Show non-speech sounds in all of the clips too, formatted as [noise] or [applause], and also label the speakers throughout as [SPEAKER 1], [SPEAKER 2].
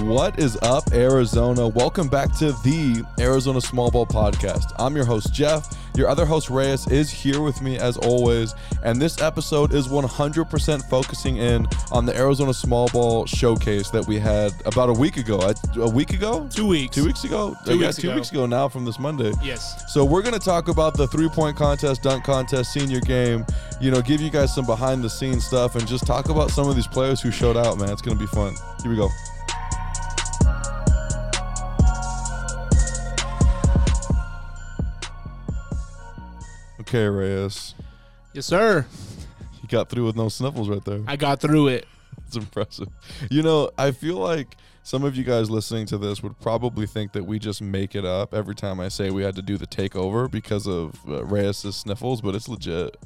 [SPEAKER 1] What is up, Arizona? Welcome back to the Arizona Small Ball Podcast. I'm your host, Jeff. Your other host, Reyes, is here with me as always. And this episode is 100% focusing in on the Arizona Small Ball Showcase that we had about a week ago. A- A week ago?
[SPEAKER 2] Two weeks.
[SPEAKER 1] Two weeks ago?
[SPEAKER 2] Two
[SPEAKER 1] yeah,
[SPEAKER 2] weeks
[SPEAKER 1] two
[SPEAKER 2] ago.
[SPEAKER 1] weeks ago now from this Monday.
[SPEAKER 2] Yes.
[SPEAKER 1] So we're gonna talk about the three-point contest, dunk contest, senior game. You know, give you guys some behind-the-scenes stuff, and just talk about some of these players who showed out. Man, it's gonna be fun. Here we go. Okay, Reyes,
[SPEAKER 2] Yes, sir.
[SPEAKER 1] you got through with no sniffles right there.
[SPEAKER 2] I got through it.
[SPEAKER 1] It's impressive. You know, I feel like some of you guys listening to this would probably think that we just make it up every time I say we had to do the takeover because of uh, Reyes's sniffles, but it's legit.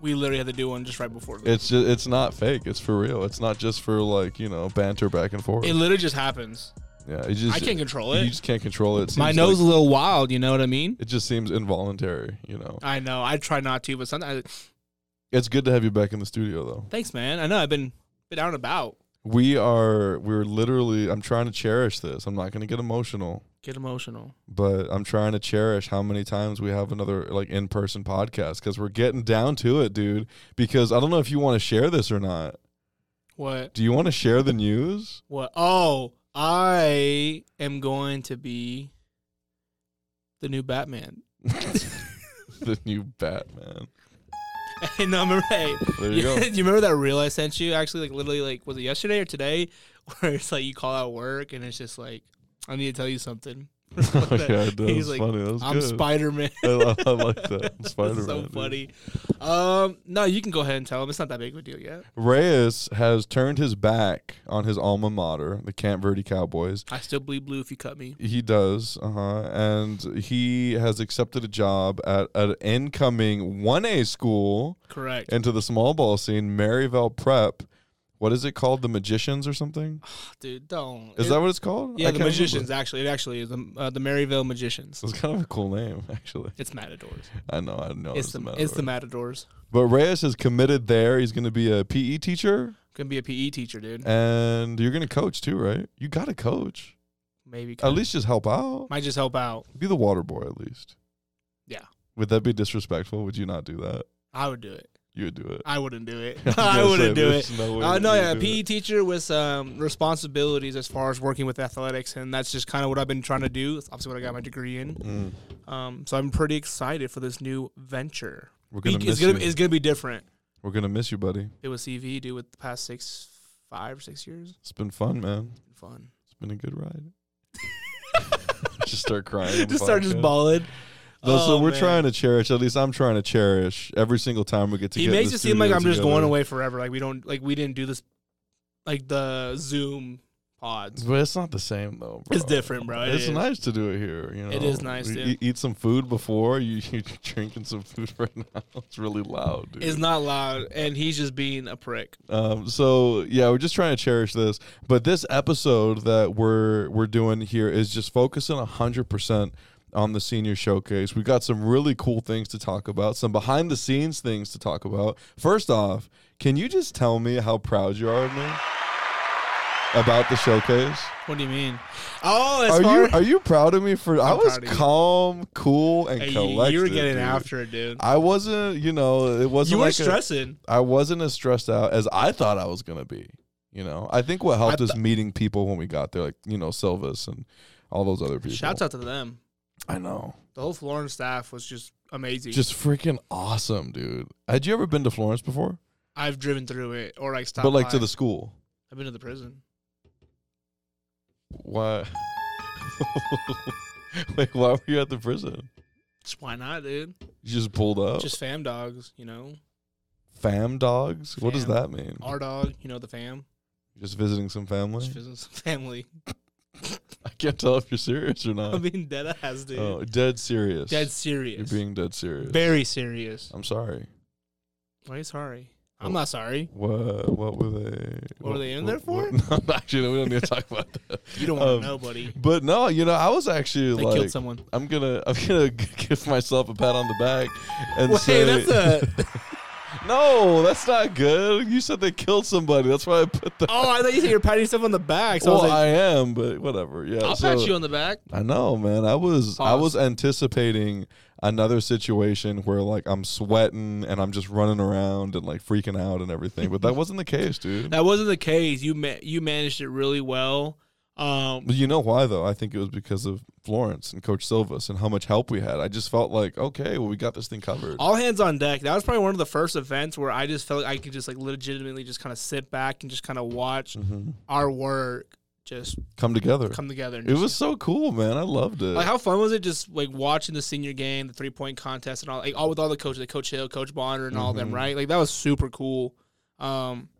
[SPEAKER 2] We literally had to do one just right before. This.
[SPEAKER 1] It's just, it's not fake. It's for real. It's not just for like you know banter back and forth.
[SPEAKER 2] It literally just happens.
[SPEAKER 1] yeah, you just
[SPEAKER 2] I can't control
[SPEAKER 1] you
[SPEAKER 2] it.
[SPEAKER 1] just can't control it. it
[SPEAKER 2] My
[SPEAKER 1] seems
[SPEAKER 2] nose
[SPEAKER 1] like-
[SPEAKER 2] a little wild. You know what I mean?
[SPEAKER 1] it just seems involuntary. You know,
[SPEAKER 2] I know. I try not to, but sometimes.
[SPEAKER 1] it's good to have you back in the studio though.
[SPEAKER 2] Thanks, man. I know. I've been been out and about.
[SPEAKER 1] We are we're literally. I'm trying to cherish this. I'm not going to get emotional.
[SPEAKER 2] Get emotional.
[SPEAKER 1] but I'm trying to cherish how many times we have another like in person podcast because we're getting down to it, dude. Because I don't know if you want to share this or not.
[SPEAKER 2] What?
[SPEAKER 1] Do you want to share the news? [laughs]
[SPEAKER 2] What? Oh, I am going to be the new Batman. [laughs]
[SPEAKER 1] the new Batman.
[SPEAKER 2] Hey, no, remember, hey,
[SPEAKER 1] There you
[SPEAKER 2] [laughs]
[SPEAKER 1] go.
[SPEAKER 2] you remember that reel I sent you? Actually, like literally, like was it yesterday or today? [laughs] Where it's like you call out work and it's just like, I need to tell you something.
[SPEAKER 1] oh, yeah, that
[SPEAKER 2] He's
[SPEAKER 1] was
[SPEAKER 2] like,
[SPEAKER 1] funny. That was
[SPEAKER 2] I'm
[SPEAKER 1] good.
[SPEAKER 2] Spider [laughs] Man.
[SPEAKER 1] [laughs] I, lo- I like
[SPEAKER 2] [laughs]
[SPEAKER 1] that. Spider Man.
[SPEAKER 2] so funny. Um, no, you can go ahead and tell him. It's not that big of a deal yet.
[SPEAKER 1] Reyes has turned his back on his alma mater, the Camp Verde Cowboys,
[SPEAKER 2] I still bleed blue if you cut me.
[SPEAKER 1] He does, uh huh. And he has accepted a job at an incoming 1A school
[SPEAKER 2] Correct.
[SPEAKER 1] into the small ball scene, Maryvale Prep. What is it called? The Magicians or something?
[SPEAKER 2] Dude, don't.
[SPEAKER 1] Is
[SPEAKER 2] It-
[SPEAKER 1] that what it's called?
[SPEAKER 2] Yeah,
[SPEAKER 1] I
[SPEAKER 2] the
[SPEAKER 1] can't remember.
[SPEAKER 2] magicians. Actually, it actually is the uh, the Maryvale magicians.
[SPEAKER 1] It's kind of a cool name, [laughs] actually.
[SPEAKER 2] It's matadors.
[SPEAKER 1] I know, I know.
[SPEAKER 2] It's, the, it's the
[SPEAKER 1] Matador.
[SPEAKER 2] matadors.
[SPEAKER 1] But Reyes is committed there. He's going to be a PE teacher,
[SPEAKER 2] Gonna be a PE teacher, dude.
[SPEAKER 1] and you're going to coach too, right? You got to coach.
[SPEAKER 2] Maybe
[SPEAKER 1] At least just help out.
[SPEAKER 2] might just help out.
[SPEAKER 1] Be the water boy, at least.
[SPEAKER 2] Yeah.
[SPEAKER 1] Would that be disrespectful? Would you not do that?
[SPEAKER 2] I would do it.
[SPEAKER 1] You would do
[SPEAKER 2] [laughs]
[SPEAKER 1] it.
[SPEAKER 2] I wouldn't do
[SPEAKER 1] [laughs]
[SPEAKER 2] it.
[SPEAKER 1] was
[SPEAKER 2] I
[SPEAKER 1] gonna
[SPEAKER 2] wouldn't
[SPEAKER 1] say,
[SPEAKER 2] do it.
[SPEAKER 1] there's No, way
[SPEAKER 2] Uh,
[SPEAKER 1] that
[SPEAKER 2] no,
[SPEAKER 1] you
[SPEAKER 2] yeah,
[SPEAKER 1] do
[SPEAKER 2] PE
[SPEAKER 1] it.
[SPEAKER 2] teacher with um, responsibilities as far as working with athletics, and that's just kind of what I've been trying to do. It's obviously what I got my degree in.
[SPEAKER 1] Mm.
[SPEAKER 2] Um, so I'm pretty excited for this new venture.
[SPEAKER 1] We're gonna
[SPEAKER 2] Be-
[SPEAKER 1] miss
[SPEAKER 2] it's E gonna
[SPEAKER 1] you.
[SPEAKER 2] it's gonna be different.
[SPEAKER 1] We're gonna miss you, buddy.
[SPEAKER 2] It was CV do with the past six, five, six years.
[SPEAKER 1] It's been fun, man.
[SPEAKER 2] Fun.
[SPEAKER 1] [laughs] It's been a good ride. Just start crying. on the
[SPEAKER 2] just start
[SPEAKER 1] podcast.
[SPEAKER 2] just bawling.
[SPEAKER 1] Though, so
[SPEAKER 2] Oh,
[SPEAKER 1] we're
[SPEAKER 2] man.
[SPEAKER 1] trying to cherish. At least I'm trying to cherish every single time we get to.
[SPEAKER 2] He
[SPEAKER 1] get in
[SPEAKER 2] makes
[SPEAKER 1] the
[SPEAKER 2] it seem like
[SPEAKER 1] studio
[SPEAKER 2] I'm just
[SPEAKER 1] together.
[SPEAKER 2] going away forever. Like we don't like we didn't do this, like the Zoom pods.
[SPEAKER 1] But it's not the same though. Bro.
[SPEAKER 2] It's different, bro. It
[SPEAKER 1] it's
[SPEAKER 2] is.
[SPEAKER 1] nice to do it here. You know,
[SPEAKER 2] It is nice,
[SPEAKER 1] We
[SPEAKER 2] dude.
[SPEAKER 1] e- eat some food before [laughs] you. You're drinking some food right now. It's really loud, dude.
[SPEAKER 2] It's not loud, and he's just being a prick.
[SPEAKER 1] Um, so yeah, we're just trying to cherish this. But this episode that we're we're doing here is just focusing hundred percent on the senior showcase. We got some really cool things to talk about, some behind the scenes things to talk about. First off, can you just tell me how proud you are of me about the showcase?
[SPEAKER 2] What do you mean? Oh, as
[SPEAKER 1] Are
[SPEAKER 2] far
[SPEAKER 1] you are you proud of me for? i
[SPEAKER 2] I'm
[SPEAKER 1] was
[SPEAKER 2] proud of you.
[SPEAKER 1] calm, cool, and
[SPEAKER 2] Hey, you,
[SPEAKER 1] collected.
[SPEAKER 2] you were getting
[SPEAKER 1] dude.
[SPEAKER 2] after it, dude.
[SPEAKER 1] I wasn't, you know, it wasn't
[SPEAKER 2] You were
[SPEAKER 1] like a-
[SPEAKER 2] stressing.
[SPEAKER 1] I wasn't as stressed out as I thought I was gonna be. You know, I think what helped
[SPEAKER 2] I
[SPEAKER 1] is meeting people when we got there, like you know Silvis and all those other people.
[SPEAKER 2] Shouts out to them.
[SPEAKER 1] I know,
[SPEAKER 2] The whole Florence staff was just amazing.
[SPEAKER 1] just freaking awesome, dude. Had you ever been to Florence before?
[SPEAKER 2] I've driven through it or like stopped.
[SPEAKER 1] but like
[SPEAKER 2] by.
[SPEAKER 1] to the school.
[SPEAKER 2] I've been to the prison.
[SPEAKER 1] Why? [laughs] Wait, why were you at the prison?
[SPEAKER 2] Just why not, dude?
[SPEAKER 1] You just pulled up.
[SPEAKER 2] Just fam dogs, you know,
[SPEAKER 1] fam dogs. What does
[SPEAKER 2] Fam.
[SPEAKER 1] that mean?
[SPEAKER 2] our dog, you know, the fam,
[SPEAKER 1] Just visiting some family.
[SPEAKER 2] just visit some [laughs] family.
[SPEAKER 1] I can't tell if you're serious or
[SPEAKER 2] I'm
[SPEAKER 1] not.
[SPEAKER 2] being dead ass, dude.
[SPEAKER 1] Oh, dead serious.
[SPEAKER 2] dead serious.
[SPEAKER 1] You're being dead serious.
[SPEAKER 2] very serious.
[SPEAKER 1] I'm sorry.
[SPEAKER 2] Why are you sorry?
[SPEAKER 1] Oh.
[SPEAKER 2] I'm not sorry.
[SPEAKER 1] What what were they?
[SPEAKER 2] What were they in there
[SPEAKER 1] what- [laughs] no, actually, we don't need to talk about that.
[SPEAKER 2] You don't want to
[SPEAKER 1] Um, [laughs]
[SPEAKER 2] know, buddy.
[SPEAKER 1] But no, you know, I was actually
[SPEAKER 2] They
[SPEAKER 1] like,
[SPEAKER 2] killed someone.
[SPEAKER 1] I'm [laughs] gonna, I'm gonna give myself a pat on the back and
[SPEAKER 2] Wait,
[SPEAKER 1] say,
[SPEAKER 2] that's a [laughs]
[SPEAKER 1] No, that's not good. You said they killed somebody. That's why I put that.
[SPEAKER 2] Oh, I thought you said you were patting yourself on the back. [laughs] So
[SPEAKER 1] well,
[SPEAKER 2] I was like,
[SPEAKER 1] I am, but whatever. Yeah,
[SPEAKER 2] I'll
[SPEAKER 1] so-
[SPEAKER 2] pat you on the back.
[SPEAKER 1] I know, man. I was I
[SPEAKER 2] Pause.
[SPEAKER 1] was anticipating another situation where like I'm sweating and I'm just running around and like freaking out and everything, but that wasn't the case, dude.
[SPEAKER 2] That wasn't the case. You ma- you managed it really well. Um,
[SPEAKER 1] But you know why though? I think it was because of Florence and Coach Silvas and how much help we had. I just felt like, okay, well, we got this thing covered.
[SPEAKER 2] all hands on deck. That was probably one of the first events where I just felt like I could just like legitimately just kind of sit back and just kind of watch
[SPEAKER 1] Mhm.
[SPEAKER 2] our work just
[SPEAKER 1] Come together.
[SPEAKER 2] come together. and
[SPEAKER 1] it
[SPEAKER 2] just-
[SPEAKER 1] was so cool, man. I loved it.
[SPEAKER 2] like how fun was it just like watching the senior game, the three point contest, and all like all with all the coaches, like Coach Hill, Coach Bonner, and all of them,
[SPEAKER 1] Mhm.
[SPEAKER 2] right? Like that was super cool. Um,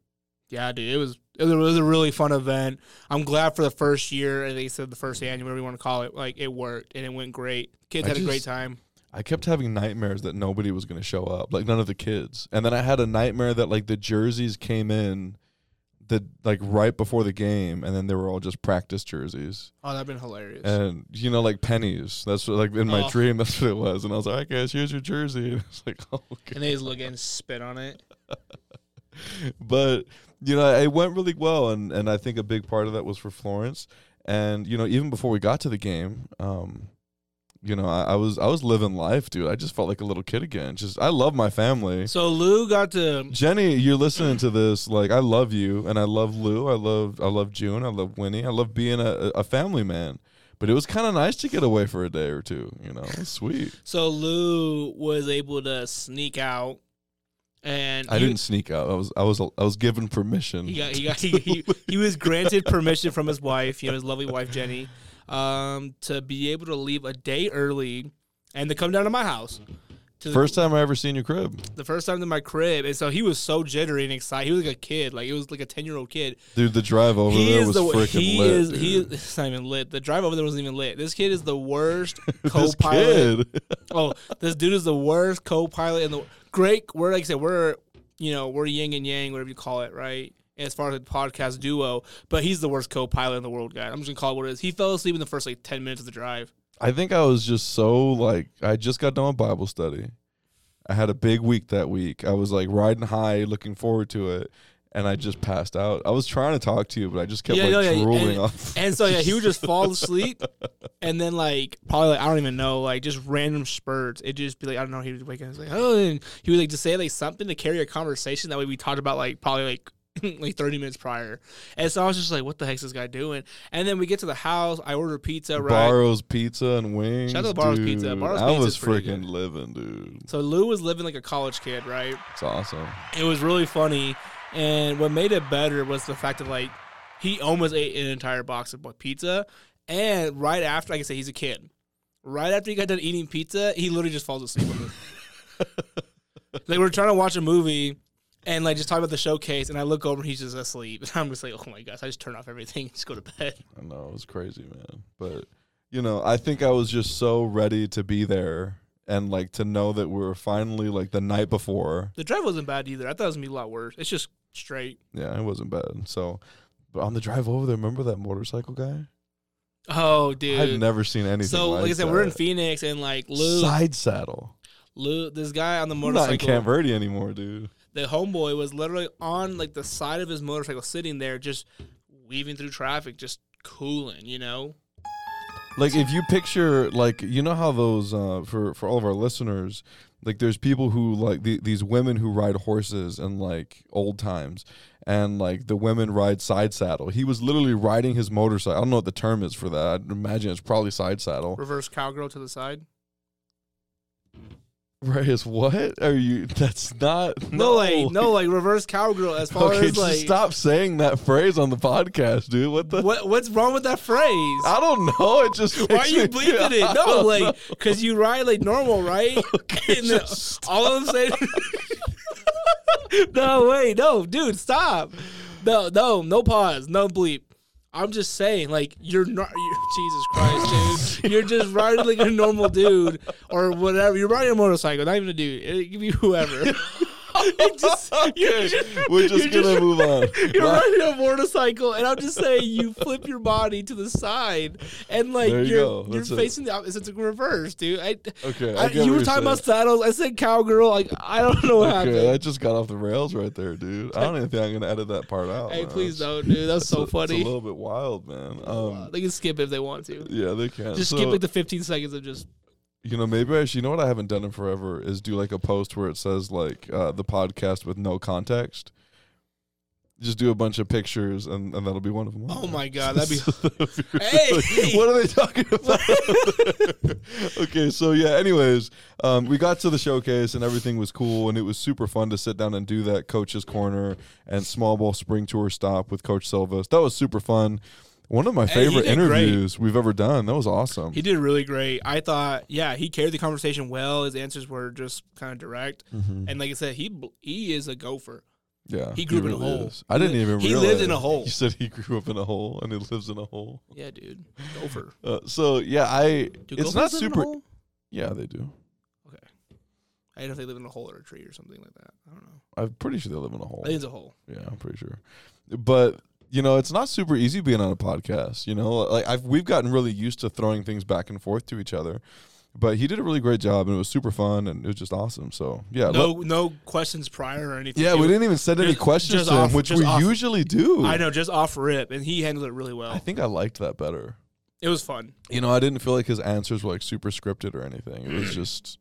[SPEAKER 2] yeah, dude, it was it was, a, it was a really fun event. I'm glad for the first year, and they said the first annual, whatever you want to call it, like it worked and it went great. Kids
[SPEAKER 1] I
[SPEAKER 2] had a great
[SPEAKER 1] just-
[SPEAKER 2] time.
[SPEAKER 1] I kept having nightmares that nobody was going to show up, like none of the kids. And then I had a nightmare that like the jerseys came in the like right before the game and then they were all just practice jerseys.
[SPEAKER 2] Oh, that'd been hilarious.
[SPEAKER 1] And you know like pennies. That's what, like in my
[SPEAKER 2] Oh.
[SPEAKER 1] dream [laughs] that's what it was. And I was like, "All right, guys, here's your jersey." [laughs] And it's like, "Oh God."
[SPEAKER 2] and they just look and spit on it.
[SPEAKER 1] But you know, it went really well and and I think a big part of that was for Florence. And you know, even before we got to the game, um you know, I, I was I was living life, dude. I just felt like a little kid again. Just I love my family.
[SPEAKER 2] So Lou got to
[SPEAKER 1] Jenny, you're listening to this. Like, I love you, and I love Lou. I love, I love June. I love Winnie. I love being a, a family man. But it was kind of nice to get away for a day or two. You know, it was sweet.
[SPEAKER 2] so Lou was able to sneak out, and
[SPEAKER 1] I
[SPEAKER 2] you-
[SPEAKER 1] didn't sneak out. I was, I was, I was given permission.
[SPEAKER 2] He got he got he, he, he was granted permission from his wife, you know, his lovely wife Jenny, um, to be able to leave a day early and to come down to my house. To the,
[SPEAKER 1] First time I ever seen your crib,
[SPEAKER 2] the first time to my crib, and so he was so jittery and excited. He was like a kid, like it was like a ten year old kid.
[SPEAKER 1] dude. The drive over
[SPEAKER 2] he
[SPEAKER 1] there
[SPEAKER 2] is
[SPEAKER 1] was
[SPEAKER 2] the
[SPEAKER 1] freaking
[SPEAKER 2] he
[SPEAKER 1] lit.
[SPEAKER 2] is he
[SPEAKER 1] dude. [laughs]
[SPEAKER 2] is [laughs] it's not even lit. The drive over there wasn't even lit. This kid is the worst
[SPEAKER 1] [laughs] this
[SPEAKER 2] co-pilot.
[SPEAKER 1] kid. [laughs]
[SPEAKER 2] Oh, this dude is the worst co-pilot in the great. We're like I said, we're you know we're yin and yang, whatever you call it, right? As far as the podcast duo, but he's the worst co-pilot in the world, guy. I'm just gonna call it what it is. He fell asleep in the first like ten minutes of the drive.
[SPEAKER 1] I think I was just so like I just got done with Bible study. I had a big week that week. I was like riding high, looking forward to it, and I just passed out. I was trying to talk to you, but I just kept
[SPEAKER 2] Yeah,
[SPEAKER 1] like
[SPEAKER 2] no, yeah,
[SPEAKER 1] drooling [laughs]
[SPEAKER 2] and-
[SPEAKER 1] off.
[SPEAKER 2] And so yeah, he would just fall asleep, and then like probably like I don't even know, like just random spurts. It'd just be like I don't know. He would wake up, he's like oh, and he would like just say like something to carry a conversation. That way we talked about like probably like. [clears throat] like 30 minutes prior. And so I was just like, what the heck's this guy doing? And then we get to the house. I order pizza, [laughs] right?
[SPEAKER 1] Barrows pizza and wings.
[SPEAKER 2] Shout out to Barrows Pizza.
[SPEAKER 1] dude.
[SPEAKER 2] Barrows
[SPEAKER 1] I
[SPEAKER 2] Pizza's
[SPEAKER 1] was
[SPEAKER 2] pretty good.
[SPEAKER 1] freaking living, dude.
[SPEAKER 2] So Lou was living like a college kid, right?
[SPEAKER 1] It's awesome.
[SPEAKER 2] It was really funny, and what made it better was the fact that like he almost ate an entire box of pizza, and right after, like I said, he's a kid. Right after he got done eating pizza, he literally just falls asleep. on
[SPEAKER 1] [laughs]
[SPEAKER 2] it. like we're trying to watch a movie. And like just talk about the showcase, and I look over, and he's just asleep. [laughs] I'm just like, oh my gosh! I just turn off everything, and just go to bed.
[SPEAKER 1] I know it was crazy, man. But you know, I think I was just so ready to be there and like to know that we were finally like the night before.
[SPEAKER 2] The drive wasn't bad either. I thought it was gonna be a lot worse. It's just straight.
[SPEAKER 1] Yeah, it wasn't bad. So, but on the drive over there, remember that motorcycle guy?
[SPEAKER 2] Oh, dude.
[SPEAKER 1] I've never seen anything.
[SPEAKER 2] so
[SPEAKER 1] like,
[SPEAKER 2] like I said,
[SPEAKER 1] that.
[SPEAKER 2] we're in Phoenix, and like Lou,
[SPEAKER 1] side saddle.
[SPEAKER 2] Lou, this guy on the
[SPEAKER 1] We're not in
[SPEAKER 2] motorcycle,
[SPEAKER 1] Camp Verde anymore, dude.
[SPEAKER 2] the homeboy was literally on like the side of his motorcycle, sitting there, just weaving through traffic, just cooling, you know.
[SPEAKER 1] Like if you picture, like you know how those uh, for for all of our listeners, like there's people who like the, these women who ride horses in like old times, and like the women ride side saddle. He was literally riding his motorcycle. I don't know what the term is for that. I'd imagine it's probably side saddle.
[SPEAKER 2] Reverse cowgirl to the side.
[SPEAKER 1] Right? It's what are you? That's not
[SPEAKER 2] No, like no, like reverse cowgirl. As far
[SPEAKER 1] Okay,
[SPEAKER 2] as
[SPEAKER 1] just
[SPEAKER 2] like,
[SPEAKER 1] stop saying that phrase on the podcast, dude. What the?
[SPEAKER 2] what what's wrong with that phrase?
[SPEAKER 1] I don't know. It just.
[SPEAKER 2] [laughs] Why are
[SPEAKER 1] makes
[SPEAKER 2] you
[SPEAKER 1] me-
[SPEAKER 2] bleeping it?
[SPEAKER 1] [laughs] I
[SPEAKER 2] No,
[SPEAKER 1] don't know.
[SPEAKER 2] like, cause you ride like normal, [laughs] right? And then
[SPEAKER 1] just
[SPEAKER 2] all I'm saying, [laughs] no, wait, no, dude, stop. No, no, no pause, no bleep. I'm just saying, like, you're not, [laughs] you're, Jesus Christ, dude. You're just riding [laughs] like a normal dude or whatever. You're riding a motorcycle, not even a dude. It could be whoever. It just, you're just,
[SPEAKER 1] We're just
[SPEAKER 2] [laughs] you're
[SPEAKER 1] gonna move on.
[SPEAKER 2] [laughs] You're
[SPEAKER 1] Like,
[SPEAKER 2] riding a motorcycle, and I'm just saying, you flip your body to the side, and like
[SPEAKER 1] There you
[SPEAKER 2] you
[SPEAKER 1] go.
[SPEAKER 2] are you are
[SPEAKER 1] That's it.
[SPEAKER 2] facing the opposite. It's like reverse, dude. I,
[SPEAKER 1] Okay, I
[SPEAKER 2] I,
[SPEAKER 1] get what
[SPEAKER 2] you were
[SPEAKER 1] you're
[SPEAKER 2] talking about saddles. I said cowgirl. Like I don't know what
[SPEAKER 1] Okay,
[SPEAKER 2] happened.
[SPEAKER 1] that just got off the rails right there, dude. I don't even think I'm gonna edit that part out.
[SPEAKER 2] Hey,
[SPEAKER 1] man.
[SPEAKER 2] please
[SPEAKER 1] That's-
[SPEAKER 2] don't, dude. That's so
[SPEAKER 1] it's a-
[SPEAKER 2] funny.
[SPEAKER 1] It's a little bit wild, man. Um,
[SPEAKER 2] they can skip it if they want to.
[SPEAKER 1] yeah, they can.
[SPEAKER 2] Just
[SPEAKER 1] so,
[SPEAKER 2] skip like the 15 seconds of just.
[SPEAKER 1] You know, maybe I should. You know what I haven't done in forever is do like a post where it says like uh, the podcast with no context. Just do a bunch of pictures, and, and that'll be one of them.
[SPEAKER 2] Oh my
[SPEAKER 1] [laughs]
[SPEAKER 2] god, that'd be. [laughs]
[SPEAKER 1] be.
[SPEAKER 2] Hey!
[SPEAKER 1] what are they
[SPEAKER 2] [laughs]
[SPEAKER 1] talking about? okay, so yeah. Anyways, um, we got to the showcase and everything was cool, and it was super fun to sit down and do that coach's corner and small ball spring tour stop with Coach Silvas. That was super fun. One of my
[SPEAKER 2] Hey, he
[SPEAKER 1] favorite
[SPEAKER 2] did great.
[SPEAKER 1] interviews we've ever done. That was awesome.
[SPEAKER 2] He did really great. I thought, yeah, he carried the conversation well. His answers were just kind of direct,
[SPEAKER 1] Mm-hmm.
[SPEAKER 2] and like I said, he bl- he is a gopher.
[SPEAKER 1] Yeah,
[SPEAKER 2] He grew up in a
[SPEAKER 1] really
[SPEAKER 2] hole.
[SPEAKER 1] is. I didn't even.
[SPEAKER 2] He
[SPEAKER 1] realize.
[SPEAKER 2] lived in a hole.
[SPEAKER 1] He said he grew up in a hole and he lives in a hole.
[SPEAKER 2] Yeah, dude, gopher.
[SPEAKER 1] Uh, so yeah, I.
[SPEAKER 2] Do
[SPEAKER 1] it's
[SPEAKER 2] gophers
[SPEAKER 1] not
[SPEAKER 2] live in a
[SPEAKER 1] super.
[SPEAKER 2] hole?
[SPEAKER 1] Yeah, they do.
[SPEAKER 2] I don't know if they live in a hole or a tree or something like that. I don't know.
[SPEAKER 1] I'm pretty sure they live in a hole.
[SPEAKER 2] I think it's a hole.
[SPEAKER 1] Yeah, I'm pretty sure. But you know, it's not super easy being on a podcast. You know, like I've we've gotten really used to throwing things back and forth to each other. But he did a really great job, and it was super fun, and it was just awesome. So yeah,
[SPEAKER 2] No,
[SPEAKER 1] let-
[SPEAKER 2] no questions prior or anything.
[SPEAKER 1] yeah,
[SPEAKER 2] It
[SPEAKER 1] we
[SPEAKER 2] was-
[SPEAKER 1] didn't even send any
[SPEAKER 2] just-
[SPEAKER 1] questions
[SPEAKER 2] just
[SPEAKER 1] to him,
[SPEAKER 2] off-
[SPEAKER 1] which
[SPEAKER 2] just
[SPEAKER 1] we
[SPEAKER 2] off-
[SPEAKER 1] usually do.
[SPEAKER 2] I know, just off rip, and he handled it really
[SPEAKER 1] I
[SPEAKER 2] well.
[SPEAKER 1] think I liked that better.
[SPEAKER 2] It was fun.
[SPEAKER 1] You know, I didn't feel like his answers were like super scripted or anything. It
[SPEAKER 2] [clears throat]
[SPEAKER 1] was just,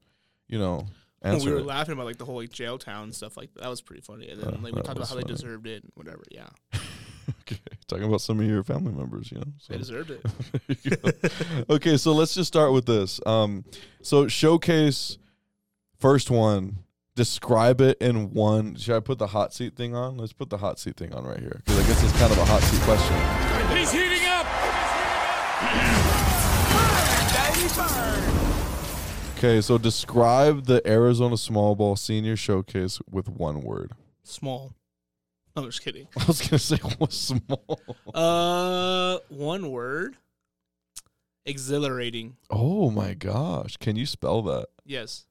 [SPEAKER 1] you know,
[SPEAKER 2] When
[SPEAKER 1] answer.
[SPEAKER 2] we were
[SPEAKER 1] it.
[SPEAKER 2] laughing about like the whole like jail town and stuff like that. that was pretty funny. And then
[SPEAKER 1] Yeah,
[SPEAKER 2] like we
[SPEAKER 1] that
[SPEAKER 2] talked about
[SPEAKER 1] was
[SPEAKER 2] how they
[SPEAKER 1] funny.
[SPEAKER 2] deserved it and whatever. Yeah,
[SPEAKER 1] Okay, [laughs] talking about some of your family members, you know. so.
[SPEAKER 2] they deserved
[SPEAKER 1] [laughs]
[SPEAKER 2] it.
[SPEAKER 1] okay, so let's just start with this. Um, so showcase first one. Describe it in one. Should I put the hot seat thing on? Let's put the hot seat thing on right here because I guess it's kind of a hot seat question.
[SPEAKER 3] He's heating up.
[SPEAKER 1] Okay, so describe the Arizona Small Ball Senior Showcase with one word. [laughs]
[SPEAKER 2] Small. No, I'm just kidding.
[SPEAKER 1] I was gonna say was small.
[SPEAKER 2] Uh, one word. Exhilarating.
[SPEAKER 1] Oh my gosh, can you spell that?
[SPEAKER 2] Yes,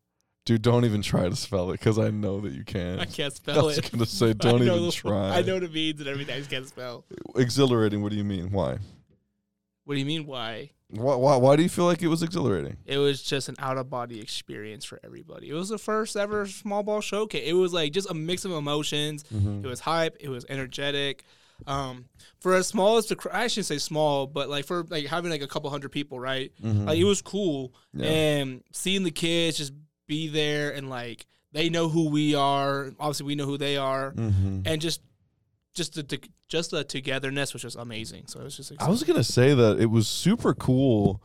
[SPEAKER 1] Dude, don't even try to spell it because I know that you
[SPEAKER 2] I
[SPEAKER 1] can. [laughs]
[SPEAKER 2] can't
[SPEAKER 1] I,
[SPEAKER 2] spell
[SPEAKER 1] was
[SPEAKER 2] it.
[SPEAKER 1] gonna say,
[SPEAKER 2] [laughs] I
[SPEAKER 1] don't
[SPEAKER 2] know
[SPEAKER 1] even
[SPEAKER 2] the-
[SPEAKER 1] try.
[SPEAKER 2] I know what it means and everything. I just can't spell.
[SPEAKER 1] Exhilarating. What do you mean? Why?
[SPEAKER 2] What do you mean? Why?
[SPEAKER 1] Why, why? Why do you feel like it was exhilarating?
[SPEAKER 2] It was just an out of body experience for everybody. It was the first ever small ball showcase. It was like just a mix of emotions. It was hype. It was energetic. Um, for as small as the cr- I shouldn't say small, but like for like having like a couple hundred people, right? Like it was cool,
[SPEAKER 1] Mm-hmm. Yeah.
[SPEAKER 2] and seeing the kids just be there and like they know who we are. Obviously, we know who they are, and just just the, the just the togetherness was just amazing. So it was just
[SPEAKER 1] I was gonna say that it was super cool